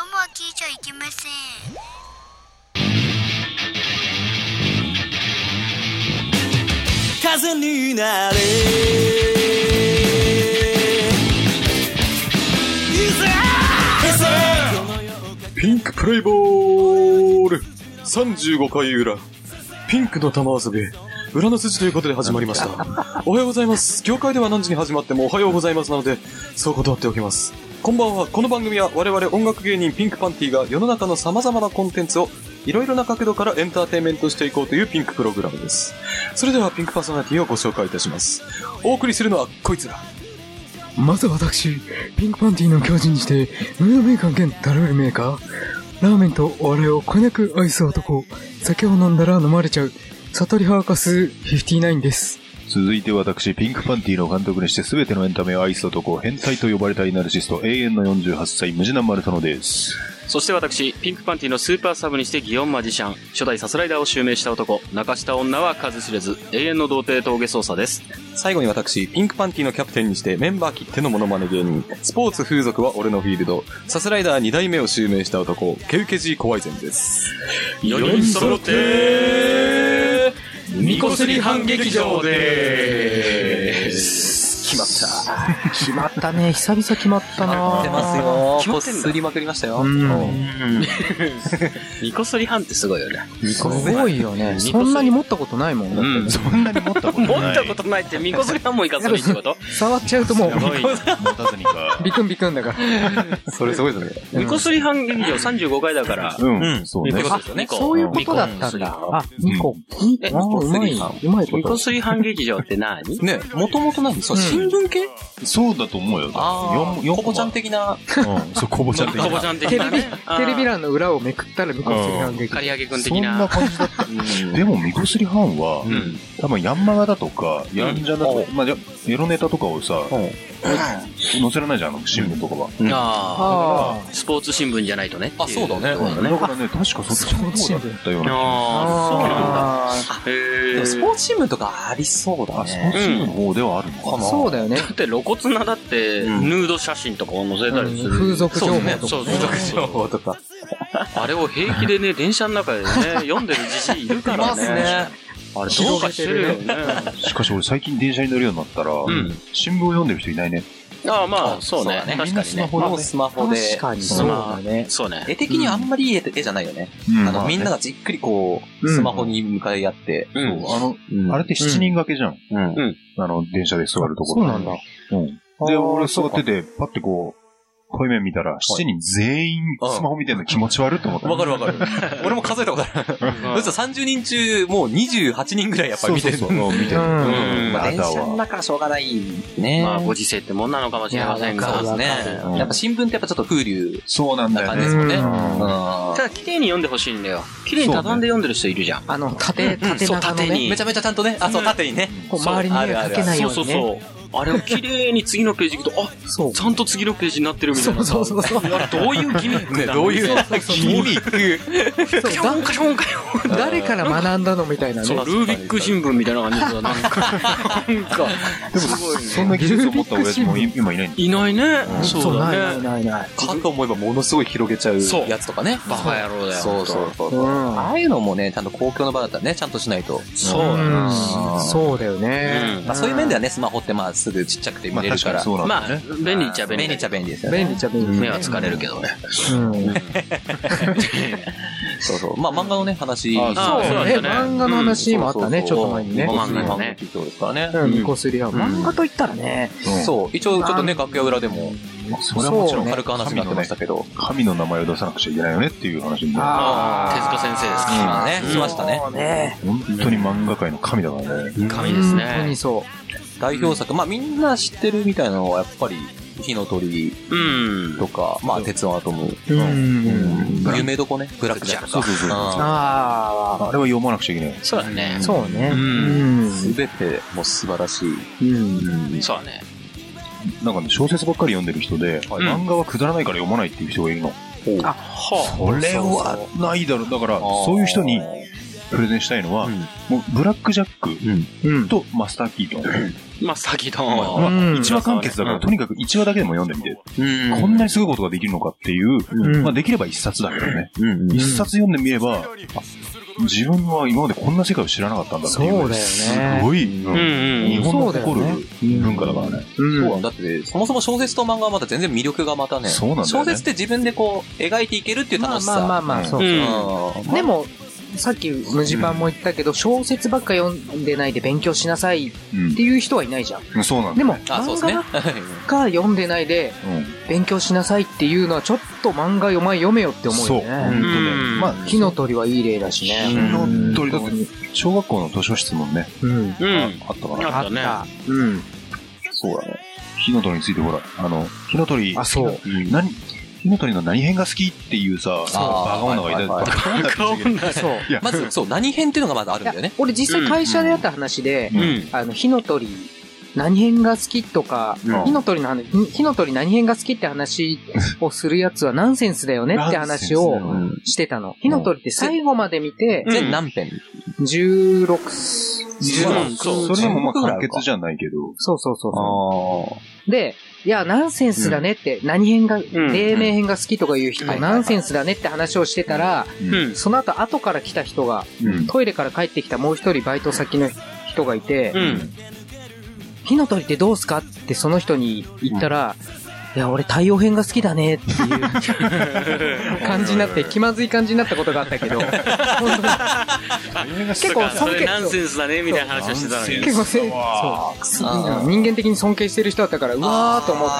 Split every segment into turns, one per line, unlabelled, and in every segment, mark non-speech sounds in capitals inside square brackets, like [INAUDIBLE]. ゃいけません。
風になれ
ピンクプレイボール35回裏ピンクの玉遊び裏の筋ということで始まりましたおはようございます業界では何時に始まってもおはようございますなのでそう断っておきますこんばんはこの番組は我々音楽芸人ピンクパンティが世の中の様々なコンテンツをいろいろな角度からエンターテインメントしていこうというピンクプログラムですそれではピンクパーソナリティをご紹介いたしますお送りするのはこいつら
まず私、ピンクパンティの狂人にして、ムードメーカー兼ダルールメーカー、ラーメンとお笑いをこよなく愛す男、酒を飲んだら飲まれちゃう、サトリハーカス59です。
続いて私、ピンクパンティの監督にして全てのエンタメを愛す男、変態と呼ばれたイナルシスト、永遠の48歳、ムジナ・マルタノです。
そして私、ピンクパンティのスーパーサブにして祇園マジシャン、初代サスライダーを襲名した男、泣かした女は数知れず、永遠の童貞峠捜査です。
最後に私、ピンクパンティのキャプテンにしてメンバー切ってのモノマネ芸人、スポーツ風俗は俺のフィールド、サスライダー2代目を襲名した男、ケウケジーコワイゼンです。
4人揃って、ニコスリ反劇場で
決まった。
決まったね。久々決まったな。
てます。よ
決ま
こ
っ
って
んだ
すりまくりましたよ、
うん。
ニコスリ反ってすごいよね。
すごいよね。そんなに持ったことないもん。だって
そんなに持った [LAUGHS] ことない。
持ったことないって、ミコスリ反も行かずにってこと
触っちゃうともう
や、ばいな。持たずにか。
ビクンビクンだから。
それすごいですね。
うん
ニコスリ反劇場35回だから、
[LAUGHS] うん、
うん
そう
とい
ね
う。ことですよね。
そういうことだったんだ。あ、2個。あ
え
ーうまい。うまいこ
ニコ
と。
スリ反劇場って何
ね、もともと何そう、
うん
新聞系
そうだと思うよ。
あ
四
コボちゃん。的な。
四うん、そう、コボちゃん的
コボ
な。
ちゃん的
テ
な
レビ
ね。、
テレビ欄の裏をめくったら、向こうする反撃
刈。り上げ君
そ
的
んな
な。
感じだ [LAUGHS] った。でも、みこすりハンは、
ん
多分、ヤンマガだとか、ヤンジャだとか、まあ、やエロネタとかをさ、
うん
載せられないじゃん、あの新聞とかは。
あ
あ
あ。スポーツ新聞じゃないとね。
あ、そうだね。
だからね、確かそっちの方だったような。
ああ、そうなんだ。
あ
へ
ー
え。
スポーツチームとかありそうだ
あ、スポー
ね。
ツチームの方ではあるのか
あ。
な。
そうだよね
だ。って露骨なだって、
ん
ヌード写真とかを載せたりする。
うん風俗情報とかね
そうそう
特
そう
情報とか。
あれを平気でね、電車の中でね、読んでるじじいいるからね。あれ、どうかしてるよね。
しかし俺最近電車に乗るようになったら、
ん
新聞を読んでる人いないね。
ああ、まあ、そうね
そうだ。ね
確かにね。
もうスマホで。
確かに
そ
そうう
だ
だね。
そうね。
絵的にあんまりいい絵絵じゃないよね。あの、みんな
が、
がじっくりこう、
うん
スマホに向かい合って。
そう
う
あ
ん。
の、
うん
あれって7人掛けじゃん。
うん
うん
あの、電車で座るところ。
そうなんだ。。
うん。
あ
で、
ー
俺座ってて、パってこう、恋面見たら、7人全員
うん
スマホ見てるの気持ち悪いと思った。
わかるわかる。 [LAUGHS] 俺も数えたことある。そしたら30人中、もう28人ぐらいやっぱり見てる。
そうそうそううん見てる。
うん
うん
まあ、電
やだ
車の
わ。
中はしょうがないね。
まあ、ご時世ってもんなのかもしれません
そう
が。
ですね
う。
ん
やっぱ新聞ってやっぱちょっと風流
そうなんだ
な
よ
感じです
ね。
もんね。う
うんん
ただ、綺麗に読んでほしいんだよ。綺麗に畳んで読んでる人いるじゃん。
あの、縦、縦
そう
長の
縦
ね。
に
めちゃめちゃちゃんとね、あ、そう、縦にね。
こう周りに
そう
迷惑かけない
そ
よ
う
う
そう
にね。
そう。あれを綺麗に次のページ行くと、あ、
そう
ちゃんと次のページになってるみた
そ
いな
う
さ。
そうそうそう。
あれどういうギミック
ね、
なの
どういう、
そう
ミック。
そう
カションカションカション
だ誰から学んだのみたいなね。
そう、ルービック新聞みたいな感じだ。なんか、なんか、
でも、そんな技術を持った親父も
[LAUGHS]
い今いないんだよ。
いないね。
そ、
そうう
ないな
だ
い
ね。
ないない。
かと思えばものすごい広げちゃう
そう
やつとかね。
バカ野郎だよ。
そうそうそうう。
ん。
ああいうのもね、ちゃんと公共の場だったらね、ちゃんとしないと。
そうだ
うん
な
そうだよね
うん。
まあ、そういう面ではね、スマホってまあ、すぐちっちゃくて見
まあ
れるか。
確からにそうなん
ま
だ
あ
よね。、
便利っちゃ便利。
便利っちゃ便利ですよね。
便利っちゃ便利。
目は疲れるけどね。
うん。
そうそう。まあ、漫画のね、話。
あ
そう
そうね、
そうだね
漫画の話もあったね、
そう
ち
そう
ょ
そ
っ
う
と前にね。
漫画のね
そうですからね。
うん、ミコスリは。
ん
漫画と言ったらね、
うん
そう。一応、ちょっとね、楽屋裏でも、
それはもちろん
軽く話になってましたけど。
神の名前を出さなくちゃいけないよねっていう話にな
あ
あ
あ、
ー
手塚先生です
うん
か。
ね、しましたね。
そうね。
る。本当に漫画界の神だからね。
神です
本当に
ね。
そ
代表作、まあみんな知ってるみたいなのはやっぱり、火の鳥
うん。
とか、まあ鉄腕アトム、
う。うん。
有名どこね、ブラックジャック
そうそうそう。あ
か。
あ
れは読まなくちゃいけない。
そうだね
あ、。そうね。
う
うんん。
すべてもう素晴らしい。
うん。
そうだね。
なんかね、小説ばっかり読んでる人で、漫画はくだらないから読まないっていう人がいるの。
は
これはないだろう。だから、そういう人にプレゼンしたいのは、
うん
もうブラックジャック
うん。
とマスターキートン
まあ、先
まあ
の。
一話完結だから、とにかく一話だけでも読んでみて、こんなにすごいことができるのかっていう、
ん
まあできれば一冊だけどね。
うんうん
一冊読んでみれば、あ自分は今までこんな世界を知らなかったんだっていう。
そうだよね
すごい、
うんうん
日本の
そう
誇
だよ
る文化だからね。
そうなんだって、そもそも小説と漫画はまた全然魅力がまたね、
そうなんだよね
小説って自分でこう、描いていけるっていう
ま
楽
あ
し
まあま
さ。
あまあ、そう
う
そう。
ん。
うん
でも、さっき無地版も言ったけど、小説ばっか読んでないで勉強しなさいっ
うん
ていう人はいないじゃん。
うん。そうなんだ
で
よ
も、
ね。
あ、そうで
漫
すね。 [LAUGHS] は
画ば
い
っか読んでないで勉強しなさいっていうのは、ちょっと漫画読ま読めよって
うん。
思う
そう。
よ
本当
ね。
ね。まあ、
火の鳥はいい例だし
火
ね。
の鳥だって、小学校の図書室もね、
うん。
うん。
あったか
あ
ら。
ったね。
うん。
そうだね。火の鳥についてほら、あの、火の鳥、
あそう
うん。何、火の鳥の何編が好きっていうさ、バカ女がいたり、バカ女って言っちゃいけない
そう。
いや、
まず、そう、何編っていうのがまだあるんだよね。
俺実際会社であった話で、
うん
うん。
あの、火の鳥、何編が好きとか、
うん
火の鳥の話、火の鳥何編が好きって話をするやつはナンセンスだよねって話
ナンセンスだよ
を
ね
してたの。火の鳥って最後まで見て、
うん
全何編
16、
うん
それでもまあ完結
ゃ
じゃないけど、
そうそうそう
あ
そう。で、いや、ナンセンスだねって、何編が、黎明編が好きとかいう人、
はいはいはい
ナンセンスだねって話をしてたら、
うん。
その後後から来た人が、
うん
トイレから帰ってきたもう一人バイト先の人がいて、
うん。
火の鳥ってどうすかってその人に言ったら、いや、俺太陽編が好きだねっていう感じになって、気まずい感じになったことがあったけど、本当に結構
そ
尊
れ
敬
ナンセンスだね、みたいな話をしてたのに。
結構せ、
わ
そう、す人間的に尊敬してる人だったから、うわーと思っ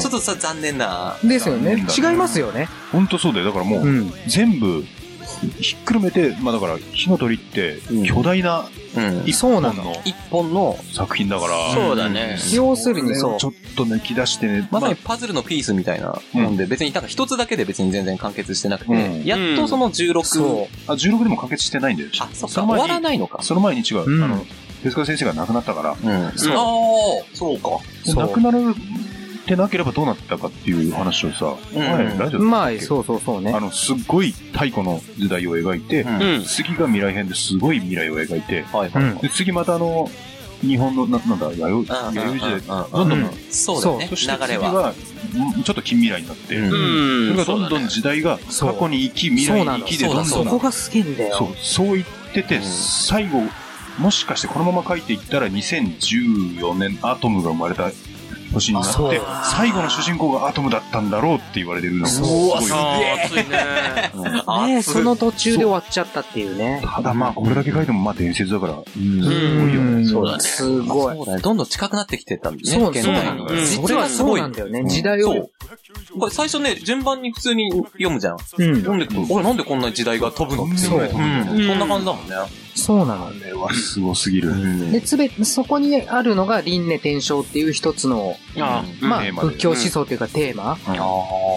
ちょっとさ、残念な。
て。ですよね。
残念だね
違いますよね。
本当そうだよ。だからも
う
う、
ん。
全部、ひっくるめて、まあだから、火の鳥って、巨大な
うん。
一本の
一本の、
作品だから、
そうだね。
要するにそう
ち。ょっと抜き出してね、
まさにパズルのピースみたいなもんで、別になんか一つだけで別に全然完結してなくて、
うん
やっとその16を、
あ、16でも完結してないんだよ。
あ、そっ
そ
か、
の
終わ
前
ら
に、
ないのか。
その前に違う、
うん
あの、手塚先生が亡くなったから、
うん。そう。ああ、そうか。
で亡くなられてなければどうなったかっていう話をさ、
うん
前、ラジオで
まあ、そうそうそうね
あ。の、すっごい太古の時代を描いて、
うん
うん。
次が未来編ですごい未来を描いて、
はい
うん
で次またあの、日本の、ななんだ、弥生
ああ
弥生時
あああ
代、
あ
どんどん、
うん
そうだよね、
そして
流
次
れは。
は、んちょっと近未来になって、
うん
それ
う
が
ん。
どんどん時代が
そう
過去に行き、未来に行き
そ
で、ど
うなの
ん
そ
ど
そ
うんな
こがすげえんだ
そ
よ。
う、そう言ってて、
うん
最後、もしかしてこのまま書いていったら2014年アトムが生まれた年にな
あそ
っ
う
て、最後の主人公がアトムだったんだろうって言われてるのがすごい。
あー熱いね。
あ
ね
ー
その途中で終わっちゃったっていうね。
ただまあ、これだけ書いてもまあ伝説だから、
うん。
ん
そうだね
すごい
そ。うだね。どんどん近くなってきてたんです
そ
ね、
う
現
そう
代
な
に
の。
うん
そ
実
れ
は
がすご
そう
い
なん。だよね。時代を。
これ最初ね、順番に普通に読むじゃん。
うん。
読んでくと、あれなんでこんな時代が飛ぶのっていうね。
そう
うん
うん
そんな感じだもんね。
そうなの。
これはすごすぎる。
で、つべ、そこにあるのが輪廻転生っていう一つの、
あー
まあ
テー、マで
仏教思想というかテーマ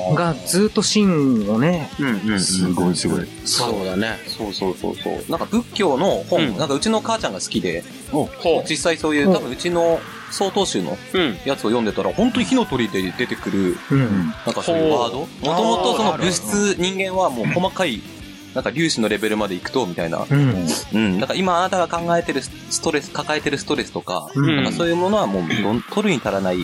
うん
がずっと真をね、
うんうん。
すごいすごい。
そうだね。
そうそうそうそう。なんか仏教の本、
うん
なんかうちの母ちゃんが好きで、
お
ほ
実際そういう、多分うちの曹洞宗の
う。うん。
やつを読んでたら、本当に火の鳥で出てくる、
うん。
なんかそういうワードもともとその物質、人間はもう細かい、なんか粒子のレベルまで行くと、みたいな。
うん。
うん。なんか今あなたが考えてるストレス、抱えてるストレスとか、
うん
なんかそういうものはもうどん、取るに足らない、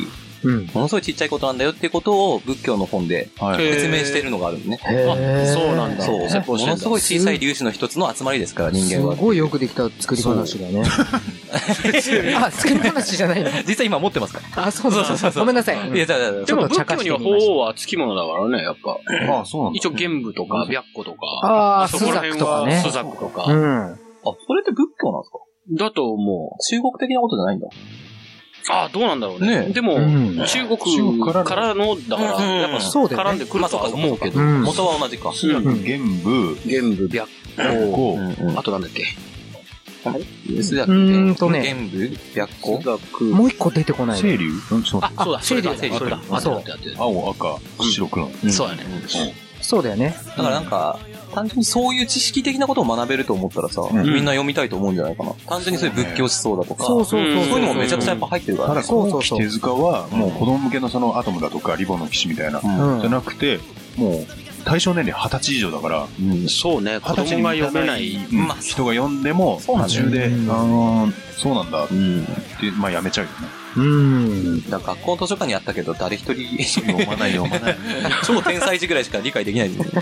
うん。
ものすごいちっちゃいことなんだよっていうことを仏教の本で
はい。
説明しているのがあるのね。
へー
そうなんだ
そう。
説法
も
してんだ
のすごい小さい粒子の一つの集まりですから、人間は
す。ごいよくできた作り話だね。 [LAUGHS] あ、作り話じゃないの。
[LAUGHS] 実際今持ってますから。
あ、そうそうそう。ごめんなさい。
いや、じゃあじゃあじゃあ
でも仏教には法王は付き物だからね、やっぱ。
ああ、そうなんだ。
一応玄武とか白虎とか。
ああ、
そ
ス
こ
ザ
ら
ク
辺
とかね
は。スザクとか。
うん。
あ、それって仏教なんですか
だと思
中国的なことじゃないんだ。
う。ああ、どうなんだろうね。
ね
でも、
うん
中国
中国
か
から
の、だから、
うん
やっぱ
そうだよね
絡んでくるとは思うけど。
うん
元は同じか。
うん
玄武、
玄武、白虎、
こ
うん
あとなんだっけ。
スザ
う
ク
ーんとね
玄武白虎
スザク。
もう一個出てこ
う、
ないの。
青龍うんちょっと待っ
あ、そうだ、それだ、
セ
そ
イ
れ
リー
だ、
セ
そ
イ
れ
リー
だ。あ、そうだ、
て。青、赤、白、黒。
そうだね。
そうだよね。
だからなんか、単純にそういう知識的なことを学べると思ったらさ、
ん
みんな読みたいと思うんじゃないかな。単純にそういう仏教思想だとか、
そうそう
そう
そういうのもめちゃくちゃやっぱ入ってるか
た
ら
だ、
ね。
そうそ
後
う
期
そう
手塚は、もう子供向けのそのアトムだとか、リボンの騎士みたいな、
うん
じゃなくて、もう、対象年齢20歳以上だから、
そうね、子
二十歳
供
に
が
満
読
た
め
な
ない
い。
ん
まあ人が読んでも、
そうなん
途
だよ
中で、あ
うん
ーそうなんだっ
うん。
て、まあやめちゃうよね。
うん。
なんか学校の図書館にあったけど、誰一人、
読まない読ま [LAUGHS] ない。
超天才児ぐらいしか理解できないですね。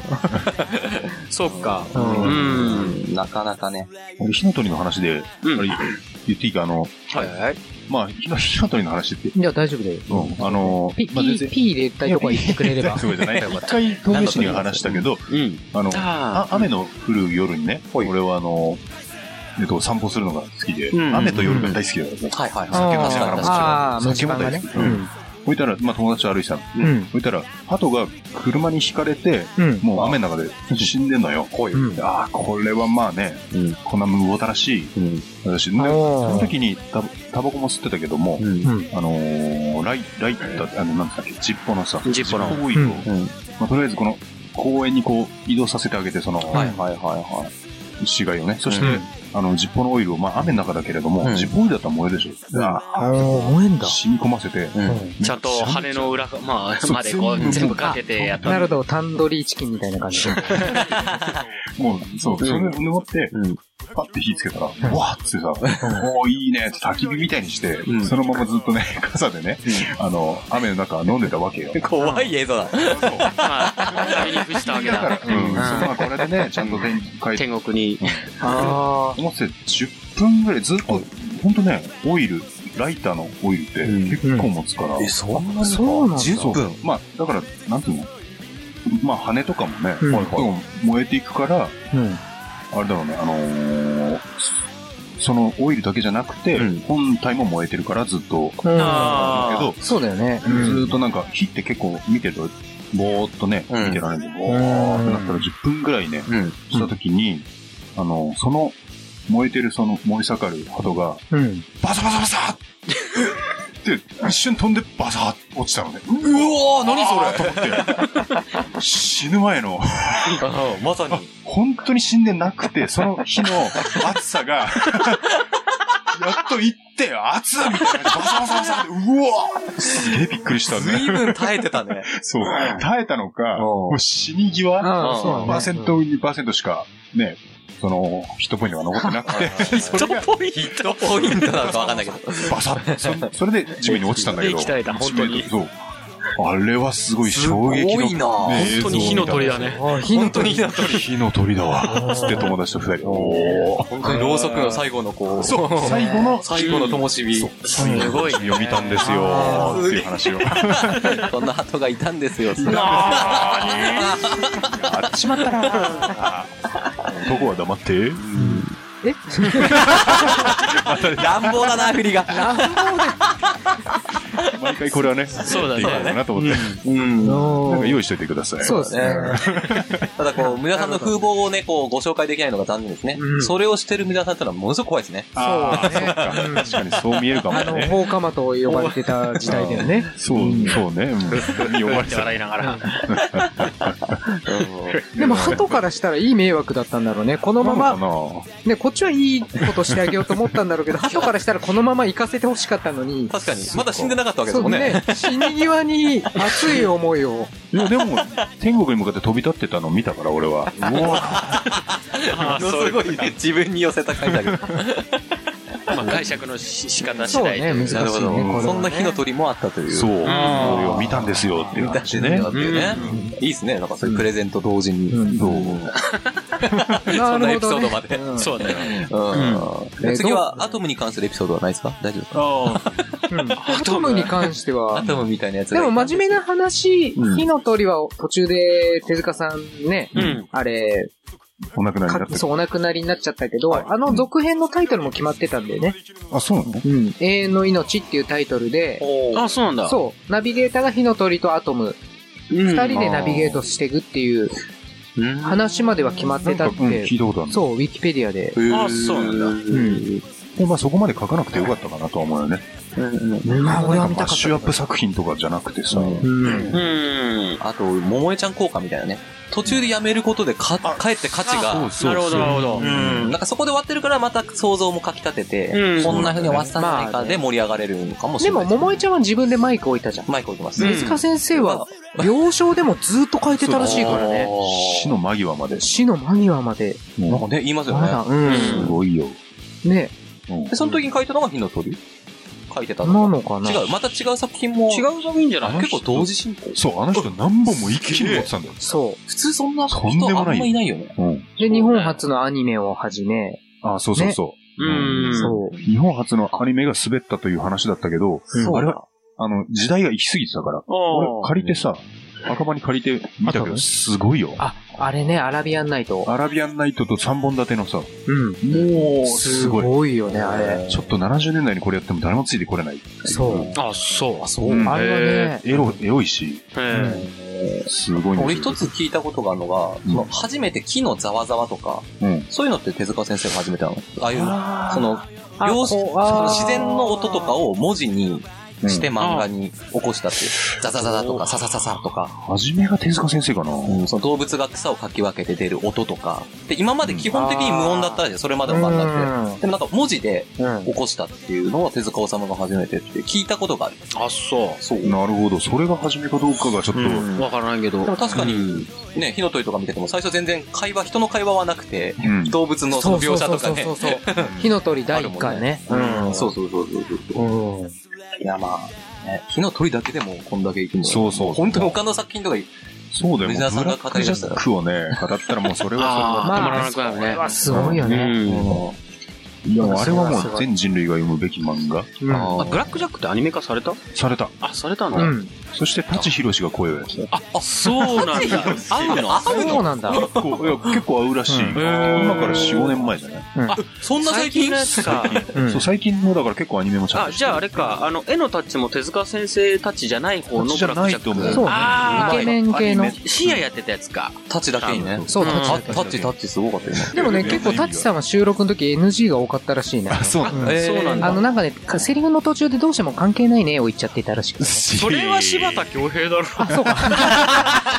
そうか。
うん
うん、なかなかね。
俺、火の鳥の話で、
うん
あれ言っていいか、あの、
はい。
まあ、火の火の鳥の話って、
じゃあ大丈夫だよ。
うん、あの
ピ、、
まあ、全然。
ピ、ピ入れたいとこは言ってくれれば。
そうじゃない。一回、東京市には話したけど、
うん。
あの、
あ
あ雨の降る夜にね、俺はあの、えっと、散歩するのが好きで、
うん
雨と夜が大好きだからさ、
はいはい
酒も
は
出しながらも
い。
あー
酒も出しながら
あー
酒も
うん。
置いたら、まあ、友達と歩いてたの。
うん。
置いたら、鳩が車にひかれて、
うん。
もう雨の中で死んでんのよ。
うん
でああ、これはまあね、
うん
こんな無謀たらしい、
うん
私、で
おー
その時にタバタバコも吸ってたけども、
うん
あのー、ライライター、あの、なんだっけ、ジッポのさ、
ジッポの
オイルを、
うん
まあ、とりあえずこの公園にこう移動させてあげて、その、
はいはいはいはい。
死骸をね。そして、
うん
あの、ジッポのオイルを、まあ、雨の中だけれども、
うん
ジッポオイルだったら燃えるでしょ。であ
あー、燃えん
ー
だ。
染み込ませて、
うん
ちゃんと羽の裏、まあ、
そう
までこ
全部
う、全部かけてやった。
なるほど、タンドリーチキンみたいな感じ。
もう、そう、それを登って、
うん
パッて火つけたら、わーっつってさ、おーいいねって焚き火みたいにして、
ん
そのままずっとね、 [LAUGHS] 傘でね、あの、雨の中飲んでたわけよ。
怖い映像だ。
まあ、旅に伏したわけ
だから、
だ。
うん、そうまあこれでね、ちゃんと電気変えて、
天国に。
あ
思って10分ぐらいずっと、ほんとね、オイル、ライターのオイルって結構持つから、
そん
あ、そうなんだ。
?10 分。
まあ、だから、なんていうのまあ、羽とかもね、
うん
はいはい燃えていくから、
うん。
あれだろうね、あのーそのオイルだけじゃなくて、
うん
本体も燃えてるからずっと、
あ
ー
そうだよね。
ずーっとなんか火って結構見てると、ぼーっとね、
うん
見てられるんで、ぼーってなったら10分ぐらいね、
うん。
した時に、あのーその、燃えてるその燃え盛る鳩が、
うん。
バサバサバサーって、一瞬飛んでバサーって落ちたのね。
うわー、何それ
って死ぬ前の、
まさに。
本当に死んでなくて、その日の暑さが、やっと行ってよ、暑っみたいな、バサバサバサって、うわすげえびっくりした
随
ね。
分耐えてたね。
そう。耐えたのか、
ん
もう死に
あ
際、
あ
あ、
ー
そうなんだ。
1%、2%しか、ね、その、ヒットポイントが残ってなくて、それが、
ポイントポイントなのかわかんないけど。
バサッそそれで地面に落ちたんだけど。
で鍛えた本当に
そう。あれはすごい衝撃の。
すごいな
ね
本当に火の鳥
映像を見た
だ。ね。
あ火の鳥。
火の
火の鳥だわ。つって友達と二人。おー
本当にろうそくの最後のこう、
そう、最後の、
最後の灯火。
そう
すごいね。
読みたんですよ
あー
っていう話を。
そんな鳩がいたんですよ。
あっちまったな。男は黙って。
え
乱暴だな、振 [LAUGHS] りが。
毎回これは [LAUGHS] ね、
そうだね
やっていこうかなと思って。
うん。
なんか用意しといてください。
そうですね。
ただこう、皆さんの風貌をね、こう、ご紹介できないのが残念ですね。
うん
それをしてる皆さんってのはものすごく怖いですね。
あ
そ
ー
うね
そっか確かにそう見えるかも
あの、
ね。
放火魔と呼ばれてた時代だよね。
そう、そうね。うんに呼ばれてた
笑いながら。
でも、鳩からしたらいい迷惑だったんだろうね。このま
な
ま、
のか
ね、こっちはいいことしてあげようと思ったんだろうけど、鳩からしたらこのまま行かせてほしかったのに、
確かに。まだ死んでなかったわけです
そ
も
うん
ね。 [LAUGHS]
ね、死に際に熱い思いを。
な。いや、でも、天国に向かって飛び立ってたの見たから、俺は。うわ
[LAUGHS] あ
も
ー
の
そう
す
いう
ご
こ
い自分に寄せた感じ [LAUGHS] だけど。
まあ、解釈のし仕方
そ
次
う
第
ね、難しいね、これはね。
そんな火の鳥もあったという。
そう。
う。
それを見たんですよっていう
みたい
話ね
ね。。いいですね。なんかそういうプレゼント同時に。
うん
そうそ
なるほどね
んなエピソードまで
う
[LAUGHS]
ん
そうだね。
うん
え
次
ど
は
う
アトムに関するエピソードはないですか大丈夫ですか
うんアトムに関して
ア
は、
トムみたいなやつ
で
がいた
も真面目な話、
うん
火の鳥は途中で手塚さんね、
うん
あれ、
お亡くなりにな
か
ってる
そう、お亡くなりになっちゃったけど、あの続編のタイトルも決まってたんだよね。
あ、そうなの
うん永遠の命っていうタイトルで、
あ、そうなんだ。
そう、ナビゲーターが火の鳥とアトム、
うん。
二人でナビゲートしていくっていう話までは決まってたっ
うん、
て
聞、いたことある。
そう、ウィキペディアで。
あ、そうなんだ。
うん。
でまあそこまで書かなくてよかったかなとは思うよね。
まあ、俺は見
マ
た
ッ
かっ
シ
た
ュアップ作品とかじゃなくてさ、
うん。
うん。
あと、桃江ちゃん効果みたいなね。途中でやめることでか、帰って価値が。
なるほど、なるほど。
うん。なんかそこで終わってるからまた想像もかき立て
う
て
ん、
こんな風に終わったんじゃない
まあ
か
ね
で盛り上がれるのかもし
で
れな
も、
い。
桃井ちゃんは自分でマイク置いたじゃん。
マイク置きます。
うん
手塚先生は、病床でもずっと書いてたらしいからね。
死の間際まで。
死の間際まで。
なんかね、言いますよ
まだ、
ね。
う
す
ん。
ごいよ。
ね。
うん
で、その時に書いたのが火の鳥。書いてた
な
の
のかな
違う、また違う作品も。
違う作品じゃない
結構同時進行。
そう、あの人何本も一気に持ってたんだよ。
そ
普通そんな人
とんでも
あ
ない
んまいないよね。
うん。
う。で、日本初のアニメをはじめ、
あ、そうそうそう。
うん
そう。
日本初のアニメが滑ったという話だったけど、
そう
あれは、あの、時代が行き過ぎてたから、俺借りてさ、赤羽に借りて見たけど、すごいよ。
あ、あれね、アラビアンナイト。
アラビアンナイトと3本立てのさ、も
うん。
う、
す
すごい。
ごいよね、あれ。
ちょっと70年代にこれやっても誰もついてこれない。
そう。
あ、そう。
う。うん、
あれはね、
エロ、エロいし、
え
すごいんです
俺
よ
一つ聞いたことがあるのが、その初めて木のざわざわとか、
うん
そういうのって手塚先生が初めてなのああいう、
あー
その、
あ
様子
こうあー
その自然の音とかを文字にして
うん
漫画に起こしたっていう。ザザザザとか、ササササとか、
初めが手塚先生かな。
うんその動物が草をかき分けて出る音とか。で、今まで基本的に無音だったらしいそれまではなくて。でもなんか文字で
うんうん
起こしたっていうのは手塚治虫が初めてって聞いたことがある。
あ、そ
そう。で
なるほど。それが初めかどうかがちょっと、
う。うん。わからないけど。
も確か
うん
に、ね、火の鳥とか見てても最初全然会話、人の会話はなくて、
うん
動物のそ
そ
の
うそ
描
う
写
そ
と
う
か
そう
ね
そ。うそう。火の鳥第一回ね。
うん、そうそうそうそうそう。
うん。
いや、まあ、ね、火の鳥だけでもこんだけいくの。
そうそう
本当に他の作品とか
そうだよ、も
藤
うブ
沢
ラ
さんが
ッ
語
ク
り
ジ
出した
ャ
ら
ックをね、語ったらもうそれは
あー止まらなくなるね
それはすごいよ
う
ね。
[LAUGHS] ん。
それは。いや、あ
そ
れ
れは
は
す
もう
ごい
全人類が読むべき漫画
うん
あ
あ、ブラックジャックってアニメ化された
された。
あ、されたん
う
だ。
ん。
そして、舘ひろしが声をやってた。
あ、そうなん [LAUGHS] だ。合うの
そうなんだ。
結構、いや、結構合うらしい。
うん
今から4、5年前じゃない
そんな最近
のやつか。
うん
そう、最近のだから結構アニメもちゃん
あ、
として [LAUGHS]
じゃああれか、あの、絵のタッチも手塚先生たちじゃない方のブラックジャック。
じゃないと思う
そうね
あ
イ
ー
ケメン系の。
深夜やってたやつか。
タッチだけにね。
そう、
うん
タ
タッ
ッチ
チ、タッチ、タッチすごかったよね。
でもね、結構タッチさんは収録の時 NG が多かったらしいね。
あ、そうなんだ。
うん
そうなんだ
あの、なんかね、セリフの途中でどうしても関係ないねを言っちゃっていたらしくて。
そ
それは柴田恭平だろ。
あ、そうか。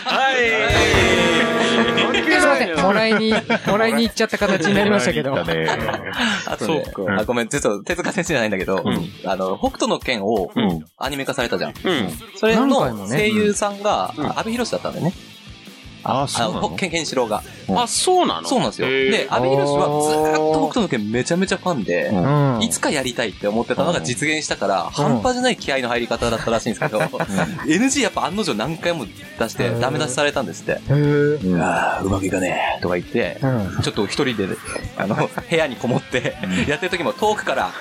はい。
すいません。もらいに、もらいに行っちゃった形になりましたけど。
ね。
あとね、
か
あごめん、ちょっと手塚先生じゃないんだけど、
う
あの、北斗の剣を
うん。
アニメ化されたじゃん。
うん。
それ
何回も
の
ね
声優さんが、
うん
阿部寛だったんだよね。
あ、
あ
そうな
の、
の
ケンケンシロウが。
あ、そうなの
そうなんですよ。で、、阿部寛はずーっと北斗の剣めちゃめちゃファンで、
うん。
いつかやりたいって思ってたのが実現したから、半端じゃない気合いの入り方だったらしいんですけど、NG やっぱ案の定何回も出してダメ出しされたんですって。
へー
ああ、うまくいかねえとか言って、
うん。
ちょっと一人で、あの、部屋にこもって、やってる時も遠くから、あー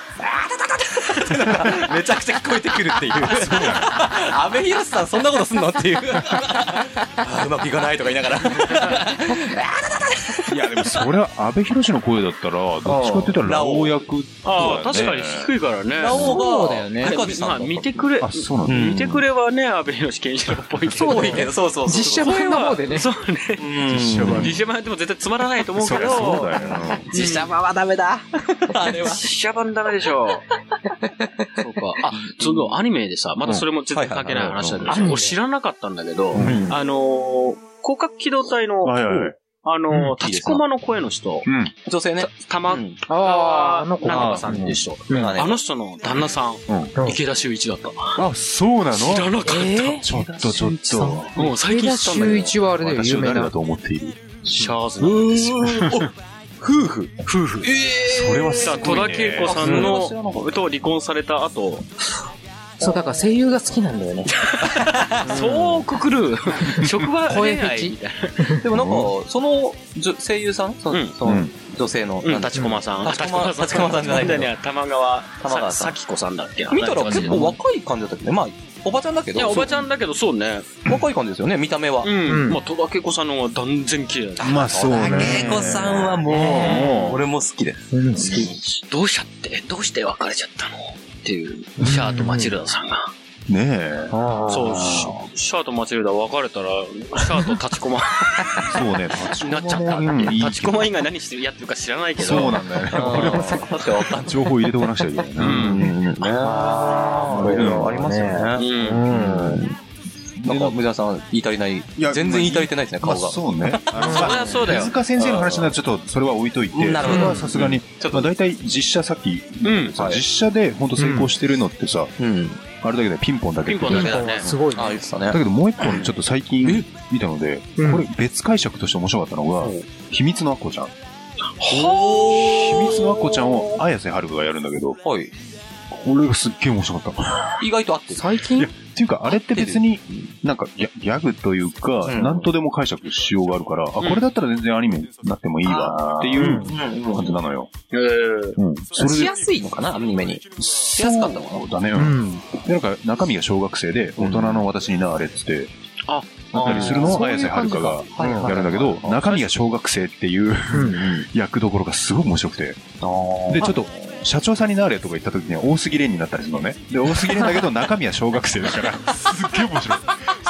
たたたたたってのがめちゃくちゃ聞こえてくるっていう。安倍博さんそんなことすんのって [LAUGHS] いう。あーうまくいかないとか言いながら。
いや、でもそれは安部寛の声だったら、どっちかって言ったら、ラオウ役。
ああ、確かに低いからね。
ラオウが、
そうだよね
高橋さん
ま
だ
あ、
った
見てくれ、
あ、そうなんだ。
見てくれはね、安倍博健一郎っぽいけど。
そうだよね。そうそうそう。
実写版の方でね。
そうね。
うん
実写版
実写版やっても絶対つまらないと思うけ
そりゃ
ど。
そうだよな。
実写版はダメだ。
あれは。
実写版ダメでしょ。そうか。あ、そのアニメでさ、またそれも全然関係ない話だけ
はいはいはい
ど、俺知らなかったんだけど、
うん
あのー、広角機動隊の、
はいはいはい。
あ
うん
のー、立ちこまの声の人、
うん。
女性ね。
玉
うん
あーあの子
なんとかさんっていう人、
眼鏡
あの人の旦那さん、
うん
池田修一だった。
あ、そうなの
知らなかった。
え
ちょっとちょっと。
もうん最
池
近
田
知ったん
修
だけど。
一はあれだよ、
私
有
を
名
誰
な
だ。と思っている。
シャーズ
う
の。
ーん。夫婦。
夫婦。
それは
さあ、
ご
戸
いね
田恵子さんの、と離婚された後、
そう、だから声優が好きなんだよね。
そうくくる、職場
声
恋
フェ
愛
チ
みたい
でもなんか、その女声優さんそ
うん
のそうの
ん
女性の。
な。うん、立ちこまさん。
立ちこま立ちこまさんじゃないけど
んだよね、玉川、
玉川さん
咲子さんだっけな。
見たら結構若い感じだったけどね。まあ、おばちゃんだけ
い
ど。
や、おばちゃんだけど、そうね。
若い感じですよね、見た目は。
うん。
ん
まあ、戸田恵子さんの方が断然綺麗だ。
まあそうね。
恵子さんはもう、
もう
俺も好きです。
うん、好き。
き。どうしちゃって、どうして別れちゃったのっていう、シャーとマチルダさんが。
ねえ。
ああ。
そう、シャシャーとマチルダ別れたら、シャーと立ち [LAUGHS] こま
そうね。
になっちゃった。
うんいい
立ちこま以外何してるやってるか知らないけど。
そうなんだよね。
[LAUGHS]
俺もさ
だってわかんない。
情報入れておかなくちゃいけないな。うんね
あ
ーいろいろあ
ります
よ
う
ね。
ん。
なんか、無駄さん、言い足りない。
いや
全然言い足りてないですね、
まあ
顔が。
そうね。あの
そりゃそうだよ
手塚先生の話ならちょっとそれは置いといて、そ
うん
れ
なるほど
はさすがに、まあ大体実写さっき、
うん
さ
はい
実写で本当成功してるのってさ、
うん。
あれだけでピンポンだけ
ピン
って
ポ
言
ン
っ
だ
て
け
た
だね。
すごい
ああ、
ね。
言ってた
だけ
ね。
どもう一本ちょっと最近見たので、
うん
これ別解釈として面白かったのが、秘密のアッコちゃん。
ほ
秘密のアッコちゃんを綾瀬はるかがやるんだけど、
はい。
これがすっげえ面白かった。
意外と合ってる。
最近
っていうか、あれって別に、なんかギャギャグというか、
うん
なんとでも解釈しようがあるから、あ、これだったら全然アニメになってもいいわっていう感じなのよ。
えー
うん。それで
し、やすいのかなアニメに。しやすかったのかな
そうだね。う
うんん。
で、なんか中身が小学生で、大人の私になあれっつって、
あ
なったりするのを綾瀬はるか
そう
が
いう感じかはいはいはい
やるんだけど、中身が小学生っていう役どころがすごい面白くて。で、ちょっと、社長さんになれとか言った時には大杉蓮になったりするのね。で、大杉蓮だ
[LAUGHS]
けど中身は小学生だから、すっげえ面白い。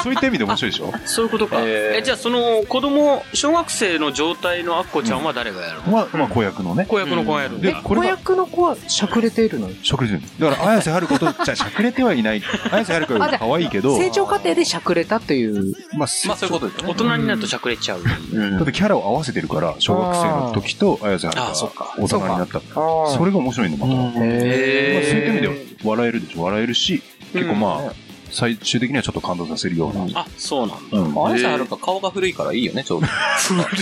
そういった意味で面白いでしょ
そういうことか。えじゃあその子供、小学生の状態のアッコちゃんは誰がやるの
まあ、まあ、子役のね。
子役の子がやるんだ
で、これ
子
が、
役の子はしゃくれているの
食事だから、綾瀬はるかと、じゃあしゃくれてはいない。綾瀬はるかより可愛いけど、
成長過程でしゃくれたという。
まあ、せ
まあそういうことです
大
ね。
人になるとしゃくれちゃう。
だってキャラを合わせてるから、小学生の時と綾瀬はるか
あーそっか
が大人になった。
あ
それが面白いの、また。ま
れ
あ、
へ
そういった意味
ー
では笑えるでしょ。笑えるし、結構まあ、最終的にはちょっと感動させるような。
あ、そうなんだ。
うん。
あれじゃあるか顔が古いからいいよね、ち [LAUGHS] ょうど。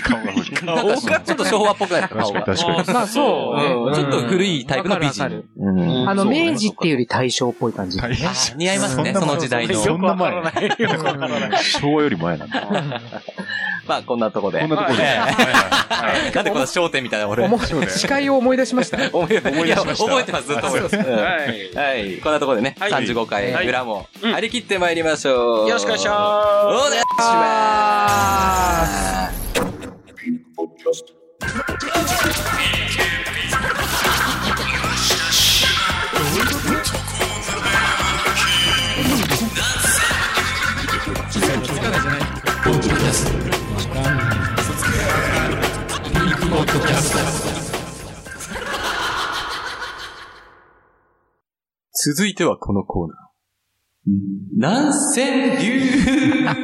顔が古い
顔が [LAUGHS] ちょっと昭和っぽくないですか、顔
確かに
が。
確かに。
まあそうね。
うんちょっと古いタイプの美
わかるわ
人
か。
うん
るあの、
そうね
明治っていうより大正っぽい感じ。
大変
あー似合いますね、
そ
そ
んな
の時代の。
そんな前。
うん
昭和より前なんだ。
まあ、こんなとこで。
こんなとこで。
ええ
はいは
[LAUGHS]
い
なんでこの焦点みたいな俺。
思
思
い司会を思い出しました。
い出
思い出しました
覚えてます、ずっと覚えてます。うん
はい。
はい。こんなところでね、
はい
35
はい
回裏も
うん
張り切ってまいりましょう。
よろしくお願いし
す。お
ま
願いします。
続いてはこのコーナー。
南千流
何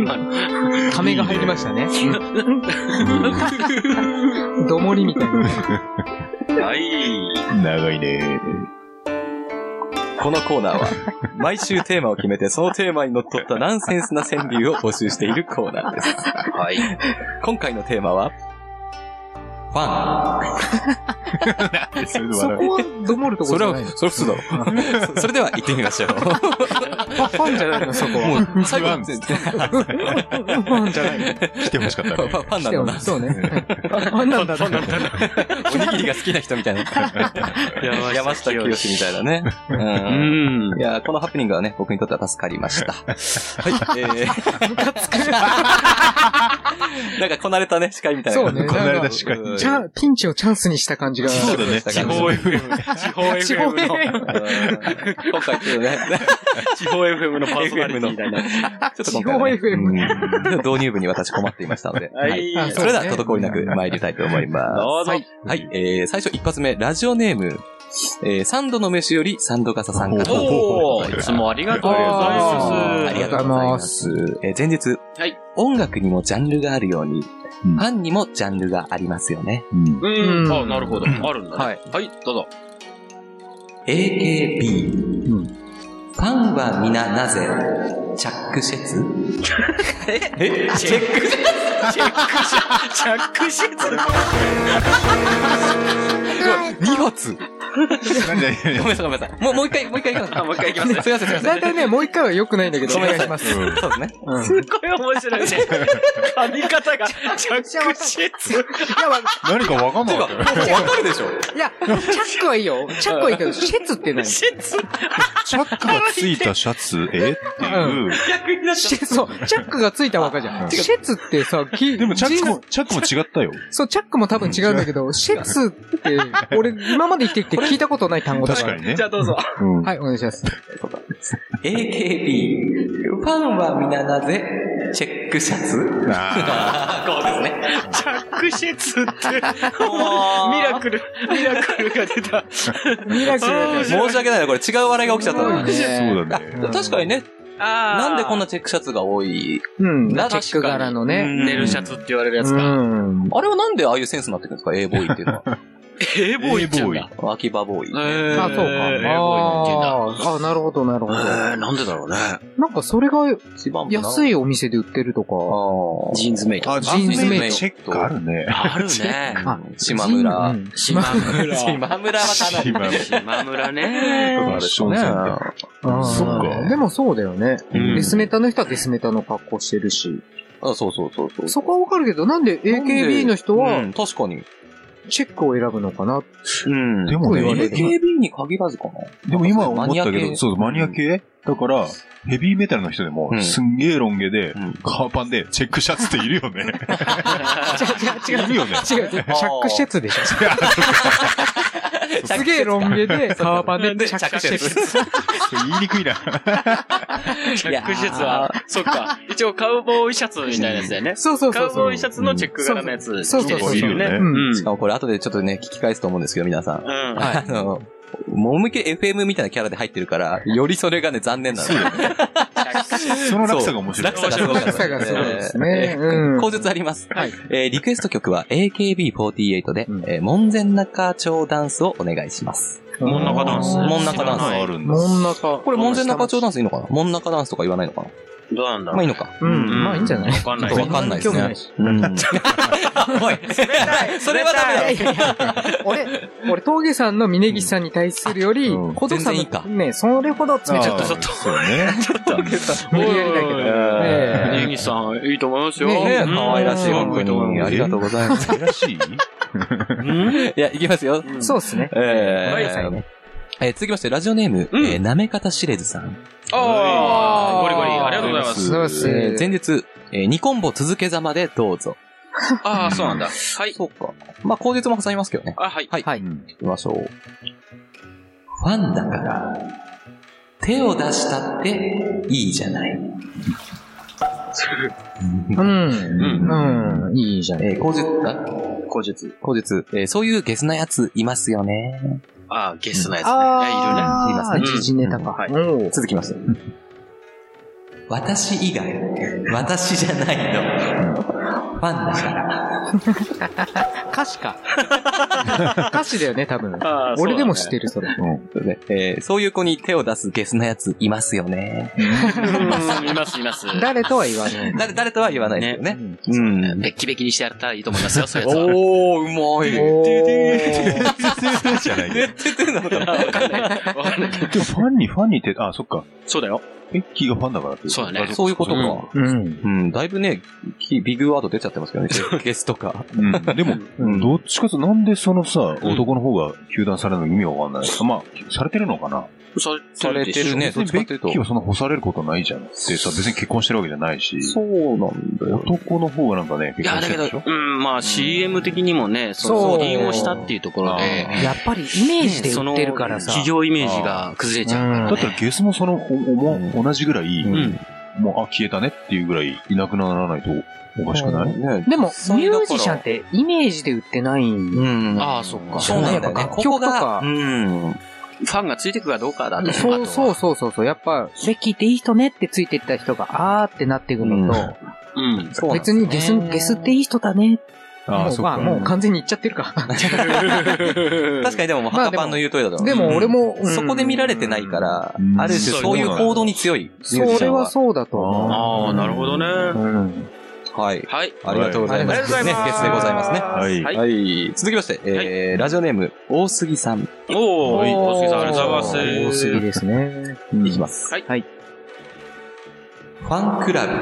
今のためが入りましたね。どもりみたいな。
す。はい。
長いね。
このコーナーは、
[LAUGHS]
毎週テーマを決めて、そのテーマにのっとったナンセンスな川柳を募集しているコーナーです。
はい。
今回のテーマは、ファ
それで
そ
笑う
こはどもると
ン。
こ
そ
じ
れ
ゃな
は、
い。
それは普通だろ。
[LAUGHS]
そそれでは行ってみましょう。
ファンじゃないの、そこは。
もう、最後に、
ファンじゃない
来てほしかった
ファ
ね。
ファンなの
の。
な。
そうね。ファンなんだ。
おにぎりが好きな人みたいな。山下清みたいなね。
う
うん
ん。
いやー、このハプニングはね、僕にとっては助かりました。はい。えー、なんかこなれたね、司会みたいな。
そうね
こんな間しか
うん
チャンピンチをチャンスにした感じが。
そうだね
地方 FM。
地方
地方
FM の、
FM
うん今回ちょっとね、
地方 FM のパーソナリティみたい
[LAUGHS] ち
な。
ょっと
[LAUGHS] 地
今
方
回はね、
FM。
導入部に私困っていましたので。
は
はいい。
あ
それでは、滞りなく参りたいと思いま
どうぞ。
す。はい。えー、最初一発目、ラジオネーム。えー、三度の飯より三度笠さんから。
お
お
ー
ー
いつもありがとうございます。
ー
ありがとうございます。えー前日、
はい
音楽にもジャンルがあるように、
うん
ファンにもジャンルがありますよね。
うん
う。
うんん
あ、なるほど。あるんだね。
はい
はい、どうぞ。
AKB、
うん
ファンは皆なぜチャックシェツええチェックシェツ
チェックシャ、チャックシェツ。
?2 発
なんでいやい
ごめ
や
んなさいごめんなさい。もう、もう一回、もう一回いきますか。
もう一回いきますね
すいませんすいません。
だいたいね、もう一回は良くないんだけど、
ご
お
めん
願
ないさい
します。
うん
そうですね。
うん
すごい面白いね。髪型が、チャックシェツ。
何かわかんなかったよ。
もうわかるでしょ
いや、チャックはいいよ。チャックはいいけど、シェツって何
シェツ
チャックがついたシャツ、えっていう。
逆になっちゃ
シェそう、チャックがついたわけじゃん。シェツってさ、き
でもチャック
人
も、チャックも違ったよ。
そう、チャックも多分違うんだけど、シェツって、俺、今まで生きてきて聞いたことない単語だ
確
か。
からに
う。
ね
じゃ。あどうぞ。
うん
はい、お願いします。
?AKB、ファンは皆なぜチェックシャツ
あ
あーこうですね。
チャックシェツって、ミラクル、ミラクルが出た。
ミラクルだね
申し訳ないな、これ違う笑いが起きちゃったのに。
ーそうだね。
確かにね、
あ
なんでこんな
な、
チェックシャツが多い
うん、チ
な
ェック柄のね。
寝るシャツって言われるや
う
つか。
ん。
あれはなんでああいうセンスになってくるんですか ?A ボーイっていうのは。
えー、ボーイっ
A ボ
て言うん
ーイ
だ。
秋葉ボーイ。
えー
あ、そうか。
えーボーイって言うんだ。
あーあ、なるほど、なるほど。
えーなんでだろうね。
なんかそれが
一番
安
い。
いお店で売ってるとか。
ジーンズメイト。
あ、ジ
ジーンズメイト
チェックあるね。
あるね。
あ
島村。
うん
島
[LAUGHS]
村。
島村はかなり。
今の
島村 [LAUGHS] ね。
ファッションセンター
あー
そっか
でもそうだよね。
うん
デスメタの人はデスメタの格好してるし。
あ、そうそうそうそう。
そこはわかるけど、なんで AKB の人
う
は
ん確かに。
チェックを選ぶのかな
うん
でもね、
AKB に限らずかな。
でも今思っ
マ
た
ニ
け
ア系
ど、そう、マニア系だから、ヘビーメタルの人でも
う、ん
すんげえロン毛で
ん、
カーパンで、チェックシャツっているよね。
違う
いるよね。
違う、違う。シャック施設でしょ。すげえロ
[LAUGHS]
ン毛で、サーバーで着
着
施
手
設。
言いにくいな。
チェックシャツは、そっ [LAUGHS] か。一応、カウボーイシャツみたいなやつだよね。
そうそう
カ
そう
ウボ
そ
ー
う
イ。シャツのチェック柄のやつ。
そうそうそう。
いるよね
う。
うんん
し。かもこれ後でちょっとね、聞き返すと思うんですけど、皆さん。
うん。
あの、もう思いっきり FM みたいなキャラで入ってるから、よりそれがね、残念なの。そう
その落差が面白い。
落差がすごかった
高さがすごいですね。うん。
口述あります。
はい
えーリクエスト曲は AKB48 で、
うん
えー門前仲町ダンスをお願いします。
真ん中ダンス。
真ん中ダンス
知らない
あるんだ。
真ん中。
これ門前仲町ダンスいいのかな門中ダンスとか言わないのかな
どうなんだ
まあ
ろ
いうい。のか。
うん。まあいいんじゃない
わかん
ちょっと
ないけど。
わかんないです
興味な
ね
いし。
うん。 [LAUGHS] おい。それはダメだ。
俺、俺、峠さんの峯岸さんに対するより、
うん
小峠さん
全然いいか
の、ね、それほど冷た
ち
い
ょっと、ちょっと。そうね。
無理やりだけど。ね
おい
え
ネギさん、いいと思いますよ。
ねえ
うん
可愛らしい、本当に。ありがとうございます。
珍し
い
い
や、いきますよ。
そうですね。
え
はい
ーえー続きまして、ラジオネーム、
うん
えーなめかたしれずさん。
あーゴリゴリ、ありがとうございます。
そうです
えー
ね。
前日、えー、二コンボ続けざまでどうぞ。
ああ、そうなんだ。はい。
そうか。まあ、口述も挟みますけどね。
あ、はい。
はい。
はい
行きましょう。ファンだから、手を出したっていいじゃない。
うん。
うん。
うん。いいじゃん。
えー、口述、あ口述。口述。えー、そういうゲスなやついますよね。
ああ、ゲスなやつね。いや、
あー
いるねいます
ね
時事ネタ
うんは
か
い。
おう
続きます。私以外、私じゃないの。ファンだから。
歌詞か。歌詞だよね、多分。
あーそうだね
俺でも知ってる、それ。
そうねえーそういう子に手を出すゲスなやついますよね。
いるね。うんいます、
[LAUGHS]
います。
誰とは言わない。
誰、誰とは言わないですよね。うん。
ベッキベキにしてやったらいいと思いますよ、そういうやつは。
おー、うまい。
お
全
ー
然じゃないよ。
わかんない
で
けど
もファンに、ファンにって、あ、そっか。
[LAUGHS] そうだよ。
ベッキーがファンだからって。
そうだね
そういうこと
う
か。
うん。
うん、だいぶね、きビッグワード出ちゃってますけどね、ゲスとか。
うん。 [LAUGHS] でも、
うん
どっちかと、なんでそのさ、男の方が糾弾されるの意味わかんない。まあ、されてるのかな
さ
されてるね
別にベッキーはそんな干されることないじゃん。ってさ、別に結婚してるわけじゃないし。
そうなんだよ。
男の方がなんかね、
い
結
や、
婚
だ
し
け
てる
ど
でしょ、
うん、まあ CM 的にもね、そ
そう
の、不倫をしたっていうところで、ね
やっぱりイメージで売ってるからさ。
企業イメージが崩れちゃうから
だったら
ね。
ゲスもその、おおも同じぐらい、
ん
もう、あ、消えたねっていうぐらい、いなくならないとおかしくない
ね
でも、ミュージシャンってイメージで売ってないん
うん。
ああ、そっか。
そうなんだよね。
楽
こ
曲
ことが
か、
うん。
ファンがついてくかどうかだと。
そう
う。
そうそうそうそう。やっぱ、ベッキーっていい人ねってついてった人が、あーってなっていくのと、
うん。
そうなんですよ
別
ね
にゲス、ゲスっていい人だね。
あ
も
あ、
う
そっ
まあ、
か。 [LAUGHS]
もう完全に言っちゃってるか。
確かにでも、
まあ
ハカパンの言う通りだと思う。
でも俺も、うん
そこで見られてないか、ら
う、ん
ある種そういう行動に強いミュージ
そ
シ
れ
ャン
は
は。
そうだと思
ああ、なるほどね。
うん。
はい。
はい。
ありがとうございます。
ありがとうございます
ねゲスでございますね。
はい
はい。
はい。続きまして、えー、ラジオネーム、大杉さん。
おー、大杉さん、ありがとうござい
多
ます
ぎ
す。
ですね。
いきます。
はい
はい。
ファンクラブ。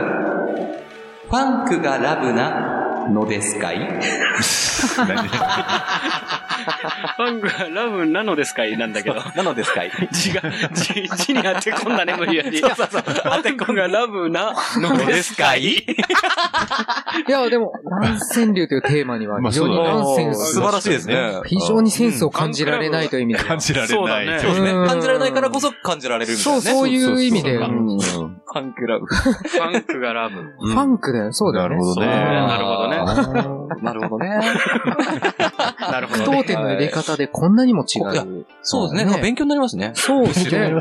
ファンクがラブなのですかい
ファンがラブなのですかいなんだけど。
なのですかい
字が、字、字に当て込んだね、無理やり。そうそうそう。当て込んがラブなのですかい
いや、でも、乱戦流というテーマには、
まあ
非常に
そうだね
乱戦
[LAUGHS] 素晴らしいですね。
非常にセンスを感じられないという意味で。
感じられ
そうだ
ない。
ね
そうね
うん
感じられないからこそ感じられるみたい
そ
な
う、
ね。
そういう意味で。
そううそ
ん
ん
ファンクラブ。
ファンクがラブ。
ファンクだよ。そうだ
な
よね。
るほどね。
なるほどね
ね。 [LAUGHS] なるほどね。
なるほ
句
どね。
読点の入れ方でこんなにも違
いや
う。
そうですね。なんか勉強になりますね。
そうですね。
強にな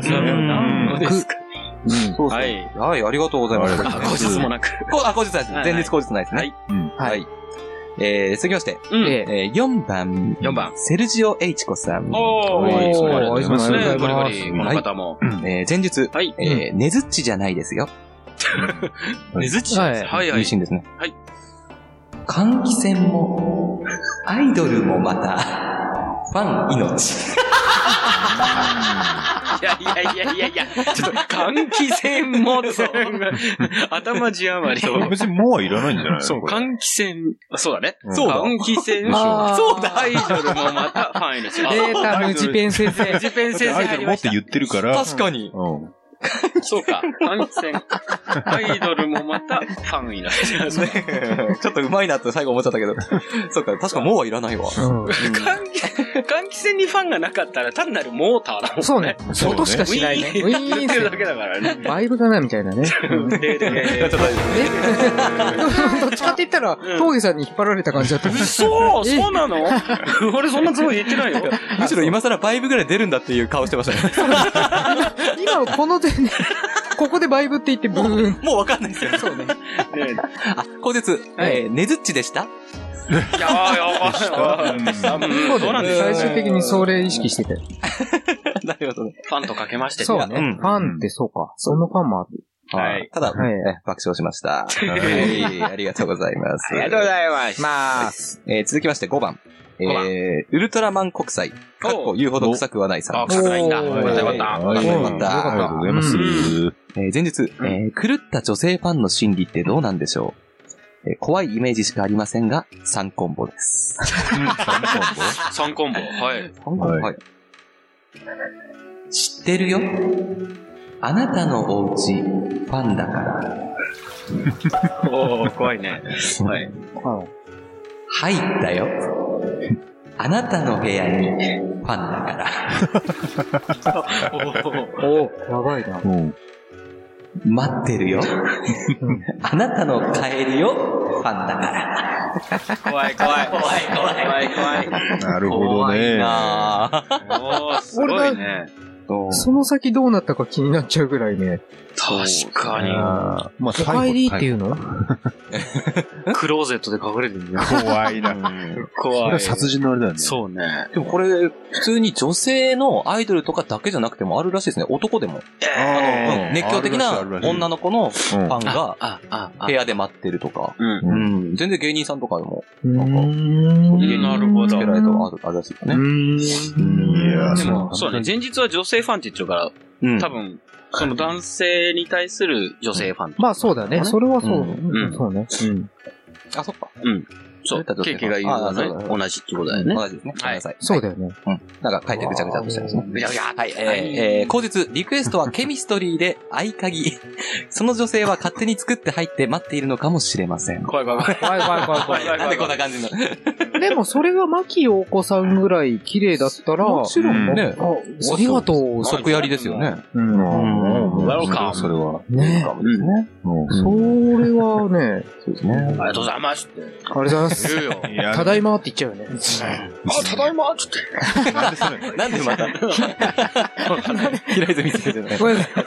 り
な
ま
す
の
ね
ですか
うん
そう
は
はい。
い。
はい、ありがとうございます。
ありがとう
あ、後日もなく。
こあ、後日です。
はい
前日後日ないですね。
はい
うん
はい。えー、続きまして、
うん
ええ。
えー、4番。
4番
セルジオ・エイチコさん。
おー、
おー
ありがとうございます
あ
ね。
りが
ゴ
とうご
リゴ
ざいます
リ、この方も。
えー、前述。
はい。
えー、ねずっちじゃないです [LAUGHS] よ。
ねずち
は
はいいはい。
いいシーンですね。
はい。
換気扇も、アイドルもまた、ファン命。
いやいやいやいやいや、ちょっと、換気扇も、 [LAUGHS] そんな頭字余りを。
別にもうはいらないんじゃないの
そう、
これ
換気扇、あそうだね。
そうだ
換気扇、
あー
そうだ、アイドルもまたファン命。あ
データ無地ペン先生。
ジペン先生
アイド
入り
ルも
ま
っ
してた。
言ってるから。
確かに。
うん。
そうか、換気扇。アイドルもまたファン命。 [LAUGHS]
ねちょっとうまいなって最後思っちゃったけど。そっか、確かもうはいらないわ。
換気、換気扇にファンがなかったら単なるモーターだもん
うんそうね。
そうね
音しかしないね。ウィ
言
ーン
っ
ってて
るだけだからね。
バイブがないみたいなね。
ででで
えどっちかって言ったら、峠さんに引っ張られた感じだった。
嘘
え
そうなの俺そんなつもり言ってないよ。
むしろ今更バイブぐらい出るんだっていう顔してました [LAUGHS] ね。
今、この点で、ここでバイブって言ってブーン。
もうわかんないですよ。
そう
[LAUGHS]
ね。
ね
あ、後日、
はい
えー、ねずっちでした
いやーやばいわ
う
うんそうなんです
最終的にそれ意識してたよ。
なるほどね。
ファンとかけましてね。
そうね。
うん
ファンってそうか。そのファンもある。
はい。
た [LAUGHS] だ、
はい
えー爆笑しました。
は
はいありがとうございます。
ありがとうございます。
まあ、
えー続きまして5番。え
五番
ー、ウルトラマン国際。かっこ言うほど臭くはないさ
あ、
ん。
臭くないんだ。
お
よ
ー
かったよかっ
は
た。
い
よかった
ありがとうございます。
えー前日、えー狂った女性ファンの心理ってどうなんでしょう、えー怖いイメージしかありませんが、3コンボです。
3コンボ。はい。
3コンボ、
はい
はい、知ってるよあなたのお家、ファンだから。
おー、怖いね。はい。
入ったよ。あなたの部屋に、ファンだから。
おやばいな。
うん
待ってるよ。あなたの帰りを、ファンだから。
怖い怖い。怖い怖い怖い怖い。
なるほど
怖い
ね。
なぁ。
おー、すごいね。
その先どうなったか気になっちゃうぐらいね。
確かに。
あーまあ、。
お帰りっていううの
クローゼットで隠れてるね。
怖いな。これ
怖。
はい殺人のあれだよね。
そうね。
でもこれ、普通に女性のアイドルとかだけじゃなくてもあるらしいですね。男でも。
あ
う
ー
ん熱狂的な女の子のフ
うん
ァンが
あ、あ、あ
部。屋で待ってるとか。
うん。
うん。全然芸人さんとかでも、
うー
そうい
ん
う
なるほ
つ
ど
けられたのあるあるらしいですね。
いやー
で
そう
も、そうだね。前日は女性ファンって言っちゃうから、
うん
多分、その男性に対する女性ファン。
まあそうだね。それはそう。
う
うんそうね。
あ、そっか。
そう。
女性ファ
経
ン
験がいい
あ
の
そうだ
ね。
ね
同じってことだよね。
同じですね。ごめんなさい。
そうだよね。
なんか書いてぐちゃぐちゃとしてますね。
ぐちゃぐちゃ。
はい、えー、えー、後日、リクエストはケミストリーで合鍵。その女性は勝手に作って入って待っているのかもしれません。
怖い怖い怖い。
怖い怖い怖い怖い。
怖い
なんでこんな感じなの
でもそれが牧陽子さんぐらい綺麗だったら、あ
ろんね
ね。
りがとう。
即やりですよね。
うん。
Welcome
それは。
ね
うん
それはね、
そうですね。
ありがとうございますって
ありがとうございます。
言うよ。
いや
ただいまって言っちゃうよね。
あ、ただいまっつって。
なんでそれ
なんでまた [LAUGHS] 平泉先生の
ごめんなさい。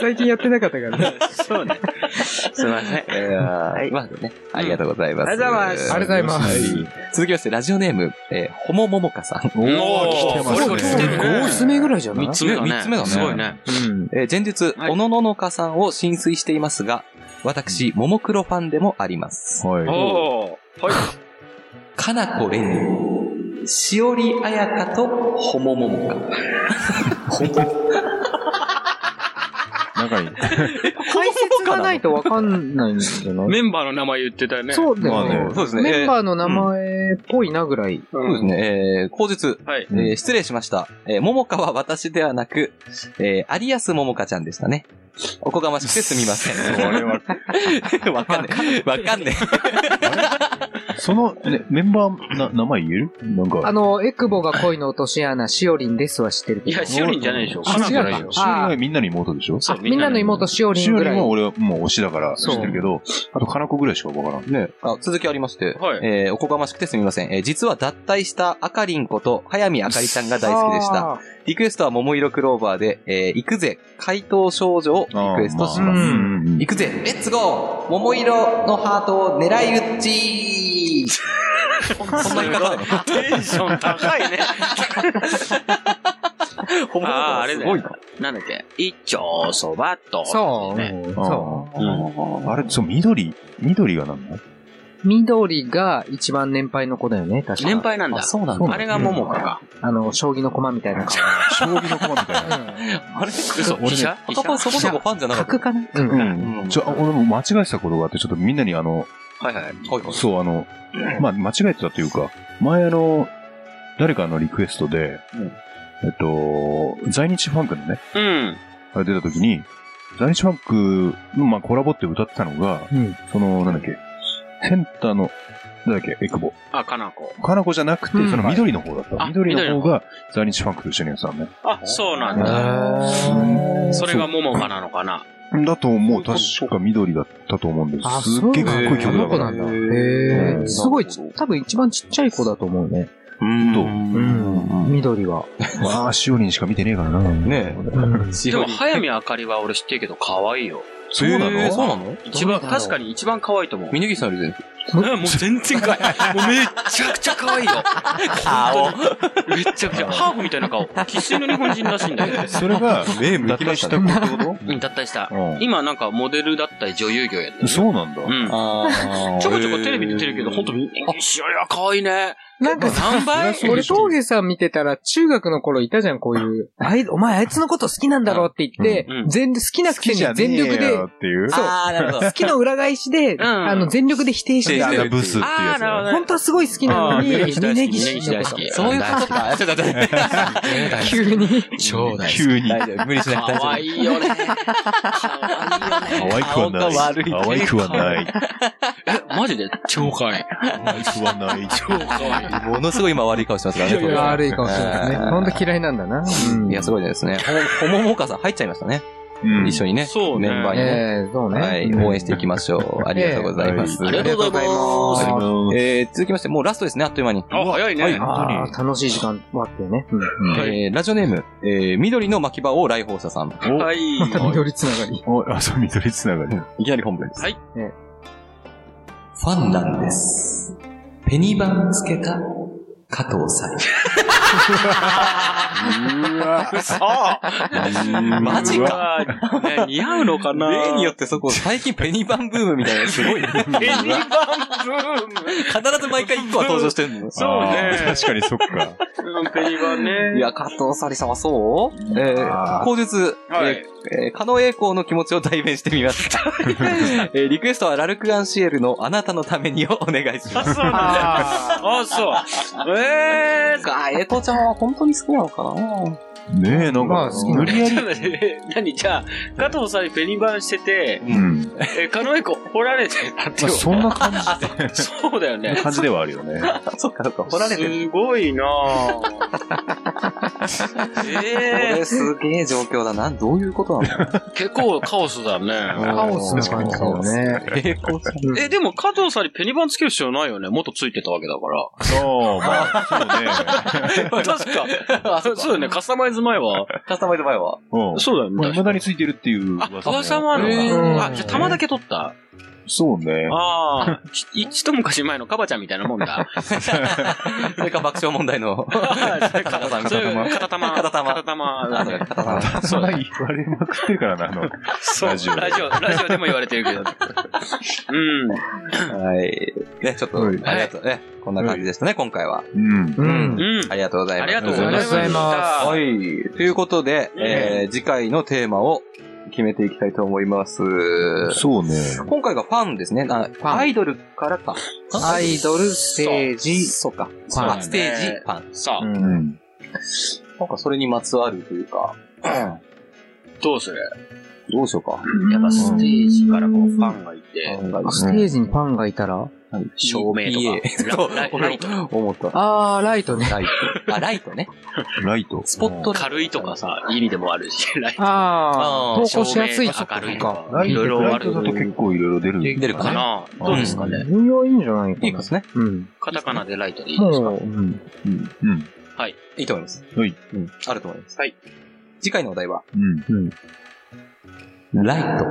[LAUGHS] 最近やってなかったからね。
そうね。すいません。
えーまあね、ありがとうございます。
ありがとうございます
ありがとうございます。
続きまして、ラジオネーム、えー、ほもももかさん。
お
おー
ー、来てます
これこれ
ね。
来てるね
5つ目ぐらいじゃない
三つ目だね。
三つ目だね
すごいね。
えー前日、
はい
おのののかさんを浸水していますが、私、ももクロファンでもあります。
はい。
おー。はい。
かなこれに、しおりあやかとほもももか。
仲いい。
解説がないとわかんないんじゃない
メンバーの名前言ってたよね。
そうだよ
まあ
ね
ね。
そうです
メン
えー
バーの名前っぽいなぐらい。
そうですね。えー、後日、
はい。
えー失礼しました。えー、ももかは私ではなく、えー、有安ももかちゃんでしたね。おこがましくてすみません。
これは、
わかんねえ。わかんね
その、ね、メンバー、な、名前言えるなんか。
あの、エクボが恋の落とし穴、しおりんですは知ってる
い
けど
や、。しおりんじゃないでしょ。
シオリンじゃない
あ違う
よ。
か
シオリンはみんなの妹でしょ
そう
みんなの妹、しおり
シ
ん
オ
ぐ
リ
らい
ンは。俺はもう推しだから知ってるけど、あと、かなこぐらいしかわからん。
ね、 [LAUGHS] あ続きありまして、
はい
えーおこがましくてすみません。えー実は脱退したあかりんこと、早見あかりちゃんが大好きでした。
あー。
リクエストは桃色クローバーで、えー行くぜ、怪盗少女をリクエストします。
あーあうんうんうん
行くぜ、レッツゴー桃色のハートを狙い撃ちそんな言い方なの
テンション高いね。
ホモ言
ああ、
葉
あれ
す
だ
ごい
よ
な。。
なんだっけ一丁そばと。
そう。
ね
そ
あれ、そう、緑、緑がなんだ
う。緑が一番年配の子だよね、確か
年配なんだ。
そうな
あれが桃子か。
あの、将棋の駒みたいな顔。
将棋の駒みたいな。
あれ
嘘、
俺ね
飛車
パパそこそこファンじゃなかった。
角かなう。
うんん。ちょ、あ俺も間違えてたことがあって、ちょっとみんなにあの、
はいはい。
はいはい
そう、あの、まあ、間違えてたというか、前あの、誰かのリクエストで、えっと、在日ファンクのね、
うん。
あれ出た時に、在日ファンクの、まあ、コラボって歌ってたのが、
うん
その、なんだっけ、センターの、なんだっけ、エクボ。
あ、かなこ。
かなこじゃなくて、
うん
その緑の方だった。
あ
緑の方が在日ファンクと一緒にやってたのね。
あ、そうなん
へ
だ。
ー
それが桃子なのかな。
だと思う。確か緑だったと思うんです。
あ、
す
そう
っげえかっこいい曲だ
この子な
から。
んだ。へ
う
え。
ん
すごい、多分一番ちっちゃい子だと思うね。
どう
うん。緑は。
まあ、しおりんしか見てねえからな。
ね
うん
し
で
お
も、
り
早見あかりは俺知ってるけど、可愛いよ。
そうなの、
えーそうなの
一番、
どうだろう
確かに一番可愛いと思う。
峯岸さんより全然。
えもう全然可愛い。もうめちゃくちゃ可愛いよ。
顔。
めちゃくちゃ、ハーフみたいな顔。生粋の日本人らしいんだ [LAUGHS] けど。
それが、
目
脱
向きま
退
し
したた
ね。
ことってこ
[LAUGHS] うん、脱退した。
と
今なんかモデルだったり女優業やって
うん。
る。
そうなんだ。
うん。
あ
ちょこちょこテレビ出てるけど、ほんと、しおりは可愛いね。
なんかさ、
何倍
そりゃそう
俺、峠さん見てたら、中学の頃いたじゃん、こういう。あい、お前あいつのこと好きなんだろうって言って
うんうん、
全、好きなくせに全力で、
好き
[LAUGHS]
じゃねえよっていう。
そう。
あー、なるほど。
好きの裏返しで、
ん
あの、全力で否定して
で
否
あ
定
た
し。
のブスっていうやつだよ。
あーなるほど
本当はすごい好きなのに、
あー
ネ
ネギシ大好き
ギシのこ
ネギシ大
そうい
好き
うこと [LAUGHS] か。ちょっと待って。
と。急に。
超大
急 [LAUGHS] に。
大丈夫。無理しなくて大丈
可愛いよね。
可愛くは
可愛いよね。
顔が
な
悪
い。
い
可愛くはない。
[LAUGHS] え、マジで超可愛い。
可愛くはない。
超可愛い。
夫。ものすごい今悪い顔してますからね。
悪いかもしれないね。
うん
本当嫌いなんだな。
いや、すごいですね。ほ、ほももかさん入っちゃいましたね。
うん
一緒にね。
そうね
メンバーにね。
ええ、そうね。
はい。応援していきましょう。ありがとうございます。
ええ
ありがとうございます
ありがとうござい
えー、続きまして、もうラストですね、あっという間に。
あ、早いね。
本当に
あー楽しい時間もあってね。
えー、ラジオネーム、えー、緑の巻き場を来訪者さん。
はい。
また緑つながり。
ますおあ、そう、緑つながり。
いきなり本文です。
はい
ええ
ファンなんです。ペニバンつけた加藤さん。
うわ
マジか。
うわね似合うのかな
例によってそこ、最近ペニバンブームみたいな、すごいね。
ペニバンブーム。
必ず毎回一個は登場してるの。
そうね
あー確かにそっか。
うんペニバンね。
いや、加藤サリさんはそうえ
あ
ー、
ー
口述、
はい。
えー、カノ栄光の気持ちを代弁してみま [LAUGHS] した。えー、リクエストはラルクアンシエルのあなたのためにをお願いしま
あ、
す。
そうなんだ。あ、そう。えー。
あ、えとちゃんは本当に好きな [LAUGHS] のかな
ねえ、なん
ま
か
あ好き、な
無理や
ち
り。
ょっと待って [LAUGHS] 何じゃあ、加藤さんにペニバンしてて、
うん。ま
え、カノエコ掘られてたっ
あ
てこと
そんな感
そうだよね [LAUGHS]
じ、。感じではあるよね。
そうか、そうか、掘られてる。
すごいな
[LAUGHS]
ぁ。
こ
え
れすげえ状況だな。どういう [LAUGHS] ことなの
ー、結構カオスだね。
カオスな感じだよね。
栄光さん。
え、でも加藤さんにペニバンつける必要ないよね。もっとついてたわけだか
そう、まあ、そうね。
[LAUGHS]
ら。確か。 [LAUGHS]
あ、
そうだよね。カスタマイズ前は。
カスタマイズ前は。
うん。
そうだよ
まあ、
ね。
未だについてるっていう噂
あ、噂もある
う
の
ん
か。あ、じゃあ玉だけ取った。
そうね。
ああ。ひ [LAUGHS] 一昔前のカバちゃんみたいなも
[LAUGHS]
んだ。
それか爆笑問題の。
片玉。そういう片玉。
片玉
片玉
あ
だ
の
ね。
片玉
そう言われまくってるからな、あの。
そう。ラ
ラ
ジ
ジ
オ。
オ
ラジオ、でも言われてるけど。うん。
はい。ね、ちょっと、あ
はい
りがとうね。こんな感じでしたね、今回は。
うん。
うん。
うん。
ありがとうござい
あ
ま
り
す。
がとうござい
あ
ま
りがとうござい
す。
ま
はい。ということで、えー次回のテーマを決めていきたいと思います。
そうね。
今回がファンですね。あ
ン
アイドルからか。
アイドル、ステージ、
そうか。
ァン
あステージ、ファン。
さあ、
うん。
なんかそれにまつわるというか、
どうする
どうしようか。
やっぱステージからこうファンがいて、
ファンがい
ステージにファンがいたら
照明とかララライト、
思った。
あー、ライトね。
ライト。あ、ライトね。
ライト。
スポットライト。
軽いとかさ、いい意味でもあるし、 [LAUGHS] ライト
あ
あー
ー、投稿しやすい。
照明明るい
そっか
ライ
いろいろ
ト
あ
ライト
る
だと結構いろいろ出る。
出るか
か
な。
などうですかね
運用いいんじゃないかな。
いいですね。
うん。
カタカナでライトでいいですか
もう、うん。
うん。
いいと思います。
はい。
うん。あると思います。
はい。
次回のお題は、
うん。
うん。
ライト。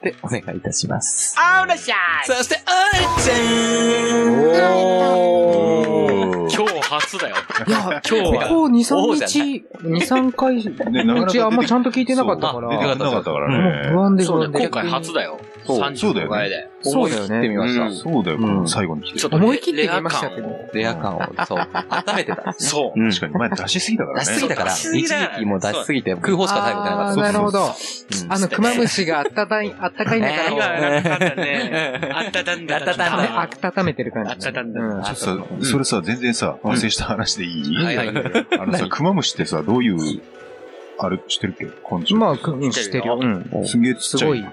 で、お願いいたします。
あーらっしゃ
そして、あれちゃ
お
い今日初だよ。
いや、
今日
こ
は
こ2、3
王じゃな
日、2、3回、
ねなか
う
なか出て
ちあんまちゃんと聞いてなかったから、
出て
も
な
う
かったから
不
ね。
安で不
そう
安
ね、
で。
今回初だよ。
そうそうだよ
35
ね
回で。
そうだよね。
ました
うん
そうだよ、
うん
最後に来て。
ちょっと
思い切って
レ
言
ア
いました
感
け
を。
ど。
レア感を、そう、温めてたんですね。
そうう。
ん
確かに前出しすぎたから
出
ね。
しすぎたから、
そう
一時期もう出しすぎて、空砲しか最後じゃなか
あ
っ
ー
た。
なるほ
う
ど。
ん
あの、クマムシがあったたい、あったかいんだか
ね
ら、
あったたんだ。
あったたんだ
あ温めてる感じ。
温めてる
うん
ちょっとさ、それさ、全然さ、反省した話でいい、
はいはい
あのさ、クマムシってさ、どういう、あれ、してるっけ昆虫。
まあ、うんしてるよ。うん。
すげえち
す
っちゃ
ご
い。
い。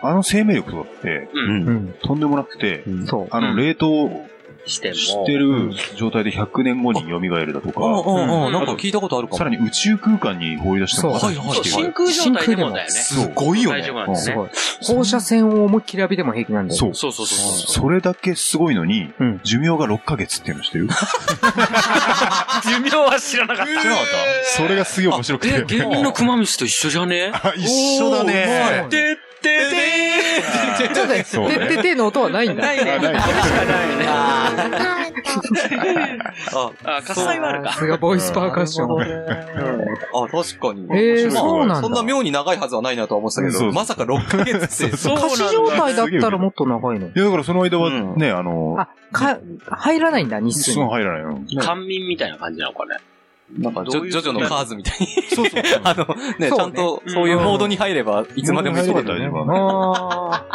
あの生命力とかって、
うん。
とんでもなくて、
そう。
あの、冷凍
して
し
も
て。る状態で100年後に蘇るだ
[LAUGHS]
と
うん
か、
うんう
うん
ん。なんか聞いたことあるかも。
さらに宇宙空間に放り出しても、
そう
はいはい
そう、真空状態でもだよね。
すごいよね
大丈夫なんです
す
ね。
ごい。放射線を思いっきり浴びても平気なんだよ。
そう。
そうそうそう。
それだけすごいのに、
うん
寿命が6ヶ月っていうのしてる
寿命は知らなかっ
知らなかったそれがすげえ面白く
た。え、
て。
芸人のクマムシと一緒じゃね
あ [LAUGHS] 一緒だね。
てってて
ちょっとね、
そうね
ててての音はないんだ。
ないね。
ない
あ、
あ、喝采はある
さ
か。
すがボイスパーカッション。
あ、確かに。
えー、
面白い
そうなんだ。
そんな妙に長いはずはないなとは思ってたけ
そうそ
ど、
う
まさか6ヶ月って。
そう
仮死状態だったらもっと長いの。
いや、だからその間は
うん
ね、あの、
あ、か、入らないんだ、日数
そ
に。
の入らないの。
官民みたいな感じなのかね。
なんか、ジョジョジョのカーズみたいに。
そう
[LAUGHS]
そう。
あの、ね、ちゃんと
うん
そういうモードに入れば、いつまでもいけ
そ
る
うだね。
あ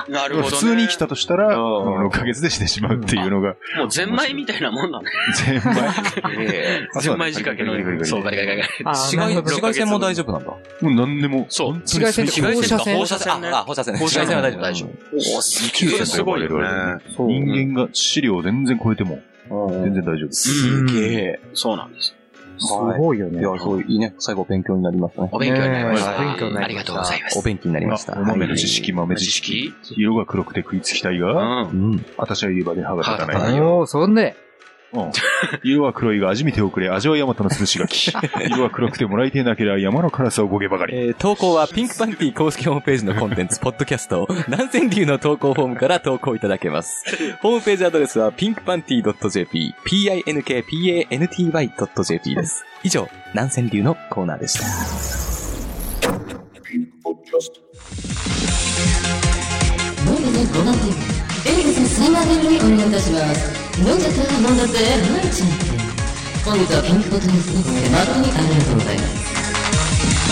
なるほど、ね。
普通に生きたとしたら、
うん
6ヶ月で死んでしまうっていうのが、
もうゼンマイみたいなもん [LAUGHS] なの。
全部。
え
あ
ゼ
そう
ンマ
だね
イ仕掛けの
ガリガリガリガ。リ
そう、ガリガリガリガリ。
ーあー。
紫外
なるほど
紫外線も大丈夫なんだ。
もう何でも。
そう。
紫外線って
紫外線とか放
放
射
射
線ね。
あ、あ放射線ね。紫外線は大丈夫。
大丈夫。
おす
宇宙線と呼ばれるあれで人間が資料を全然超えても、全然大丈夫。
すげえ。
そうなんです。
すごいよ
い
ね。
や、そういいね。最後勉強になりましたね。
お勉強になりました。
ねえお勉強になりました
ありがとうございます。
お勉強になりました。
お豆の知識、豆知
知
識。
識
色が黒くて食いつきたいうが、
ん。
うん。
私は言えばで歯が立た
歯が
ない。
立
おー、そんで。
うん色は黒いが味見ておくれ、味はヤマトのするしがき。色は黒くてもらいてえなければ山の辛さをごげばかり。
えー投稿はピンクパンティ公式ホームページのコンテンツ、ポ [LAUGHS] ッドキャスト、南千流の投稿フォームから投稿いただけ [LAUGHS] ます。ホームページアドレスは pinkpanty.jp、p-i-n-k-p-a-n-t-y.jp です。以上、南千流のコーナーでした。
飲んでね、ごなんて。エリカさん、サイマーベルにお願いいたします。飲んじゃったら飲んだぜ、飲んちゃって。本日はピンクボトルスーツで誠にありがとうございます。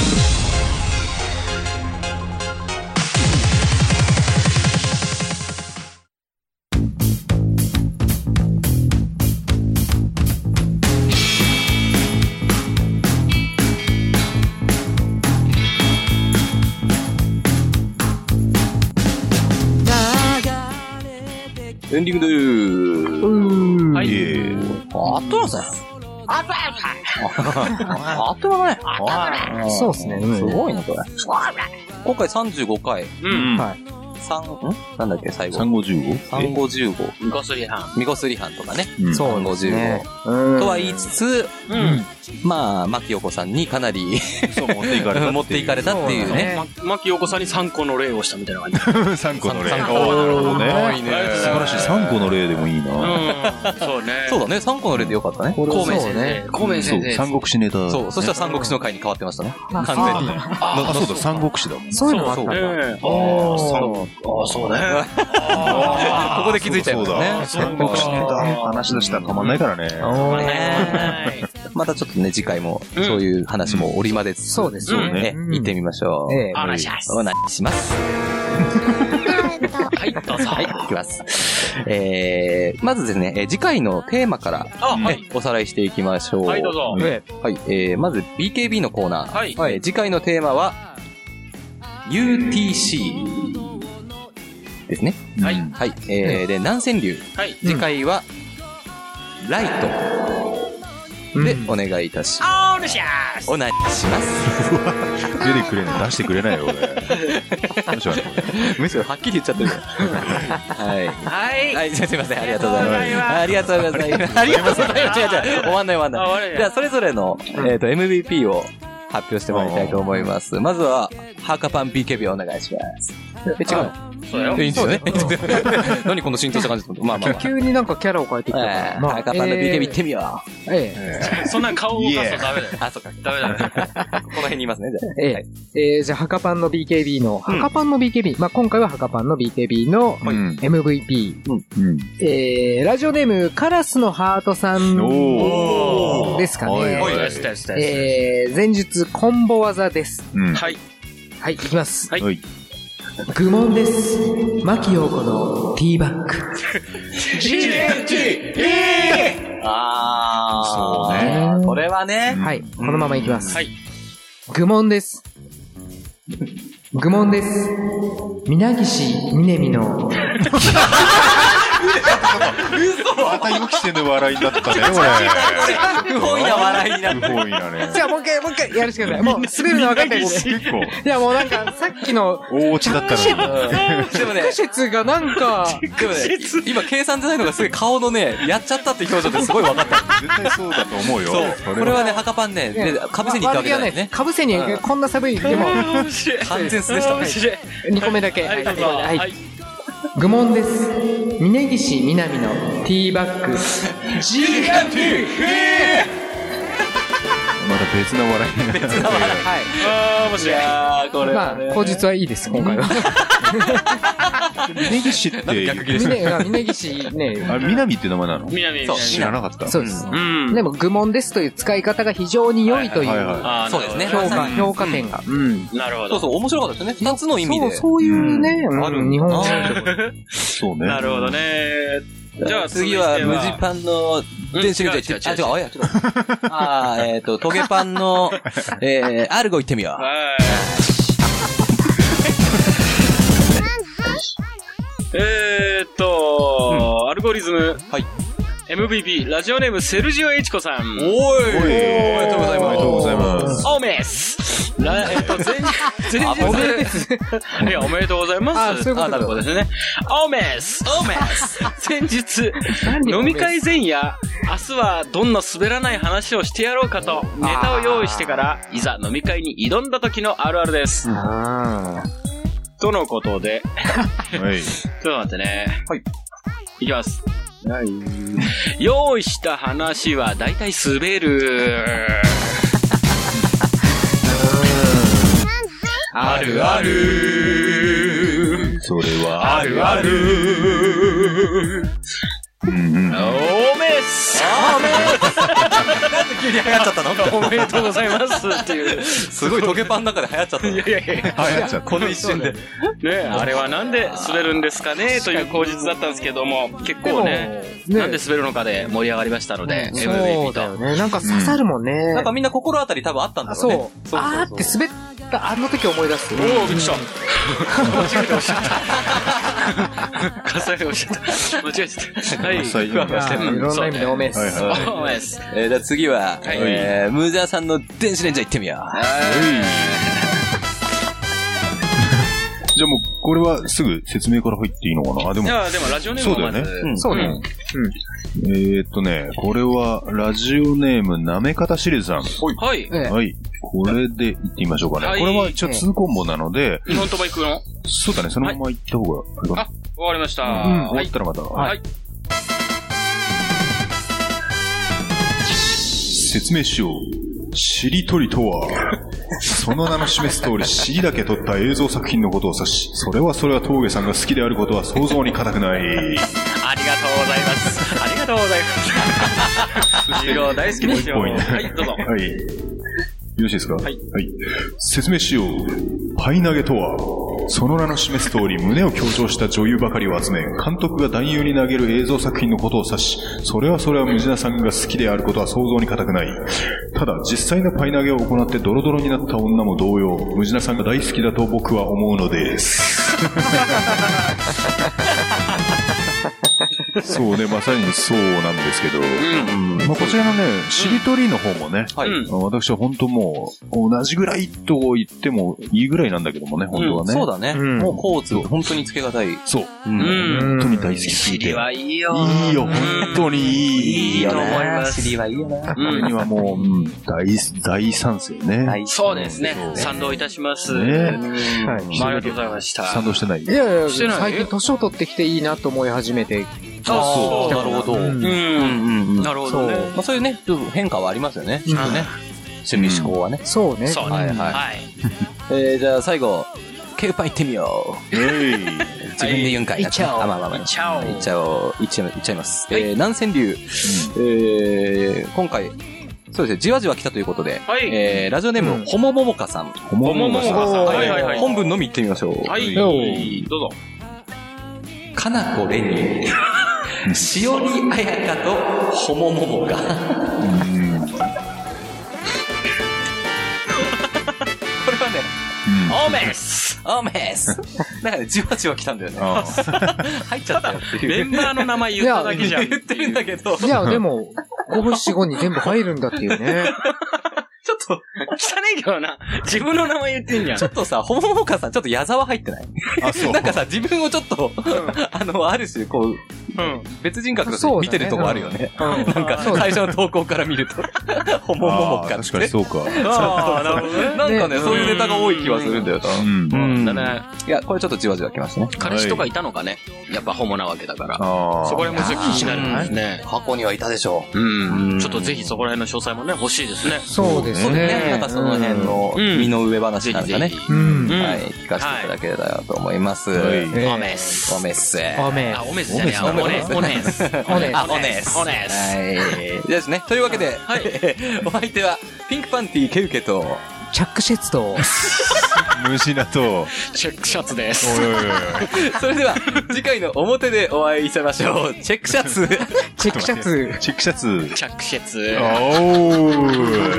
エンディングでー
はい。
いえいえ
あっという間さ。あっという間さ。あっという間ね。
そうっすね。うん
すごいね、これ。今回35回、
うん。
3、んなんだっけ、最後。
3515?
3515。
ゴスリハ
ミコスリハンとかね。
うん
そう
ですね
35。とは言いつつ、
ン。うん。
まあ、牧陽子さんにかなり
そう、持っていかれたってい
[LAUGHS]
う。
持っていかれたっていうね。
ま、牧陽子さんに3個の礼をしたみたいな感じ。
[LAUGHS] 3個の例。
三三個
なる
す
ほど
ご
ね
い。ね
素晴らしい。3個の例でもいいな。
うん。そうね。
そうだね、3個の例でよかったね。
孔明先生。孔明
そ
先
う、
生。
三国志ネタ。
そう、そしたら三国志の会に変わってましたね。完
そう
全
だ
に。
ね。あ、そうだ、三国志だ。
そういうのがあったん
そう
だ。
ええ
ああ、
ああ、そうね。
ここで気づいちゃいましたね。
そうだ三国志ネタ話し出したらたまんないからね。
おー
ね
またちょっとね、次回も、
うん
そういう話も折りまでつつ、
そうです
ね
ね
うん
行ってみましょう。
ええ
お願いします
お願いします。
はい、どうぞ。
はい、いきます。えー、まずですね、えー次回のテーマから、
あ、は
え
い。
ーおさらいしていきましょう。
はい、どうぞ。
はい、えー、まず BKB のコーナー。
はい
えー次回のテーマは、UTC。
ですね。
はい
はい。えー、で、南川流。
はい。
次回は、ライト。で、お願いいたします。お願いします。
出てくれない出してくれないよ俺どうしようね
むしろはっきり言っちゃってるから。はい。はい。はい、じゃあすいません。ありがとうございます。ありがとうございます。ありがとうございます。違う違う。終わんない終わん
あ、
ない。
悪い
じゃあ、それぞれの、えっと、MVP を発表してもらいたいと思います。まずは、ハーカパン BKB お願いします。え、違うの
そうだよ
いいんですよね。何この浸透した感じと思ってまあまあまあ。
急になんかキャラを変えてきたから。
えーハーカパンの BKB 行ってみよう。
え
そんな顔を動かすとダメだよ。
あ、そっか。
ダメだよ。
この辺にいますね、じゃあ。
ええええーじゃあ、ハカパンの BKB の、ハカパンの BKB、まあ、今回はハカパンの BKB の
うん
MVP、
うん
えー、ラジオネーム、カラスのハートさん
おー
ですか
は
ね。
いはい
よしよしよし
えー、前述、コンボ技です。
うん
はい。
はい、いきます。
はい
はい
愚問です。牧陽子のティーバック。
あー。
そうね
これはね。
はい、このままいきます。
はい。
愚問です。愚問です。皆岸みねみの
[LAUGHS] また予期せぬ笑いになったね
[LAUGHS] 不本意な笑いにな
俺
る。
不本意だね
じゃあもう一回、もう一回やるしかない。もう滑るの分かったけど。
結構
いやもうな
[LAUGHS]
んか、さっきの、
大落ちだったのに
でもね
苦、節がなんか、
[LAUGHS]
でもね、今計算じゃないのがすごい顔のね、やっちゃったって表情ですごい分かった。
絶対そうだと思うよ
そう。これはね、ハカパン [LAUGHS] ね、 [LAUGHS] でかぶせに行ったわけじゃないですね。
かぶせに、こんな寒い、
[LAUGHS]
でも、
面白い。
完全素でしたね。
2個目だけ。
はい、どうぞ。
はい
はい。
愚問です。峯岸みなみのティーバッグ。
また別の笑いになった
あー、面白い。
あー、これは
まあ、
ね。
口実はいいです、今回は。
峯岸って
逆
[LAUGHS]
切れしてる。
峯峯岸ね、
あれ南って名前なの
南
そう
知
南。
らなかった
そうです。
うん。
でも、愚問ですという使い方が非常に良いとい
はいうは
あー
そうですね
評価、評価点が。うん。
なるほ
そう
ど。
そう、面白かったですね。二つの意味
そう、
で。
そういうね、
ある
うん
だ
日本
いそうね
なるほどね。じゃあ、
次は、
続い
無
て
地パンの、電子レンジ行って
うん
あ、違う、あ、
違う違う違う
いや、ちょっと。あー、えっと、トゲパンの、えー、アルゴ行ってみよう。
はい。えーっと、アルゴリズム。
はい
MVP、ラジオネーム、セルジオエイチコさん。
おいお
お
めでとうござい
おめ
ま
ですとうございます
おめです [LAUGHS] らえっと、前日、前日。おめです。いや、おめでとうございます。あ、そういうことですね。おめですおめ [LAUGHS] です前日、飲み会前夜、明日はどんな滑らない話をしてやろうかと、ネタを用意してから、いざ飲み会に挑んだ時のあるあるです。とのことで、
はい
ちょっと待ってね。はい。いきます。用意した話は大体滑る。
あるある
それはあるあるうんうん
おめっすおめ
急に流行っちゃったの
おめでとうございますっていう。
すごいトゲパンの中で流行っちゃったの
いやいやいや、ね
流行っちゃった
この一瞬で。
えあれはなんで滑るんですかねという口実だったんですけども、結構ね、なんで滑るのかで盛り上がりましたので、
そう
MVP
だよ
と。
ね。なんか刺さるもんね。
なんかみんな心当たり多分あったんだろうね。
そう。あーって滑った、あの時思い出す。
おお、びっくりした。間違えておっしゃった。火災でおっしゃった。間違え
[LAUGHS]
てた。はい。
火災
ふわふわして
いろんな意味でおめえっす
はいはい
おめです。
えー、じゃあ次は、
はい
えー、ムージャーさんの電子レンジャー行ってみよう。
じゃあもうこれはすぐ説明から入っていいのかなあでも
じゃあ、でもラジオネー
そうだ
ムは
よ
まず、
ね。
そうね。
うんえーっとね、これは、ラジオネーム、なめかたしれさん。
はい。
ええ
はい。これでいってみましょうかね。
はい
これは一応2コンボなので、
日本とも行くの
そうだね、そのままいった方がいいかな。
わかりました。
うん終
は
わ
い
っ。たらまた。
はい
説明しよう。しりとりと
[LAUGHS]
は、その名の示す通り、しりだけ取った映像作品のことを指し、それはそれは峠さんが好きであることは想像に難くない。
ありがとうございます。ありがとうございます。授業大好きですよ。
もう一本
はい、どうぞ。。
はい。よろしいですかはい説明しよう。パイ投げとは、その名の示す通り、胸を強調した女優ばかりを集め、監督が男優に投げる映像作品のことを指し、それはそれはムジナさんが好きであることは想像に難くない。ただ、実際のパイ投
[LAUGHS]
げを行ってドロドロになった女も同様、ムジナさんが大好きだと僕は思うのです。そうね、まさにそうなんですけど、まあ、こちらのね、しりとりの方もね、
はい
うん
私は本当もう、同じぐらいと言ってもいいぐらいなんだけどもね、本当はね。
そうだね。
ん
もうコーツ、本当につけがたい。
そう。
うん。
本当に大好きすぎて。いいよ、
はいいよ。
本当にいいよね。
尻はいいよな。
うん
俺にはもう、うん大、大賛成ね。
はい
そうですね
そう。
賛同いたします。
ね
はい
まあありがとうございました。
賛同してない。
いやいや、
してない
最近年を取ってきていいなと思い始めて。
あ
そう
あ、なるほど。
うん
うん。
うん
なるほどね。
まあそういうね、ちょっと変化はありますよね。きっとね。趣味思考はね。
そうね。
そうね。
はいはい
はい。
えー、じゃあ最後、ケウパン行ってみよう。
えい
自分で言うんかい。
いっちゃおう
あ、まあまあまあ。
いっちゃおう
いっちゃおう。いっちゃいいっちゃいます。
はい
えー、南千流。えー、今回、そうですね、じわじわ来たということで、
はい
えー、ラジオネーム、ホモモモカさん。ホ
モモモカさんはいはいはい
本文のみ行ってみましょう。
はい。どうぞ。
かなこれに、しおりあやかと、ほもももが。これはね、
オーメス
アーメ
[LAUGHS]
スなんかね、じわじわ来たんだよね。入っちゃったよってい
メ
う。
ンバーの名前言っただけじゃん。
言ってるんだけど、
いや、でも、5、4、5に全部入るんだっていうね。
ちょっと、汚いけどな。自分の名前言ってんじゃん
ちょ。っとさ、ほももかさん、ちょっと矢沢入ってない
あ、そう。
なんかさ、自分をちょっと、 [LAUGHS] あの、ある種、こう、
うん。
別人格とし
そうだ
て
ね
見てるとこあるよね。なんか、
そうだ
最初の投稿から見ると、ほももも
あー
かっ
確かに
て。
そうか。
ああ、なるほどね。
なんかね、
ね
そういうネタが多い気はするんだよな。
うん。
うん
だね。
いや、これちょっとじわじわ来ましたね。
彼氏とかいたのかね。やっぱホモなわけだから。
あ
そこら辺もちょっと気になるんですね。
過去にはいたでしょ
うん。ちょっとぜひそこら辺の詳細もね、欲しいですね。
[LAUGHS] そうで
う。そ
す
うね。なん
ね
か。その辺の
うん
身の上話
ぜ
なん
ひ
か
ぜ
ね。
ひ。
うん。
うん
はい、聞かせていただければと思います。
はい
え
オメス
おめっす。は
ー雨
あ、。オメスじゃねえや。オネス。オネス。
おね。
あオネス
オネス。
い。ですね。というわけで、
はい
[LAUGHS] お相手は、ピンクパンティーケウケと、
チャックシェッツと、
虫だと、
チェックシャツです。
おいおいおい
それでは、次回の表でお会いしましょう。チェックシャツ。
チェックシャツ。
チェックシャツ。
チャックシャツ。
おー。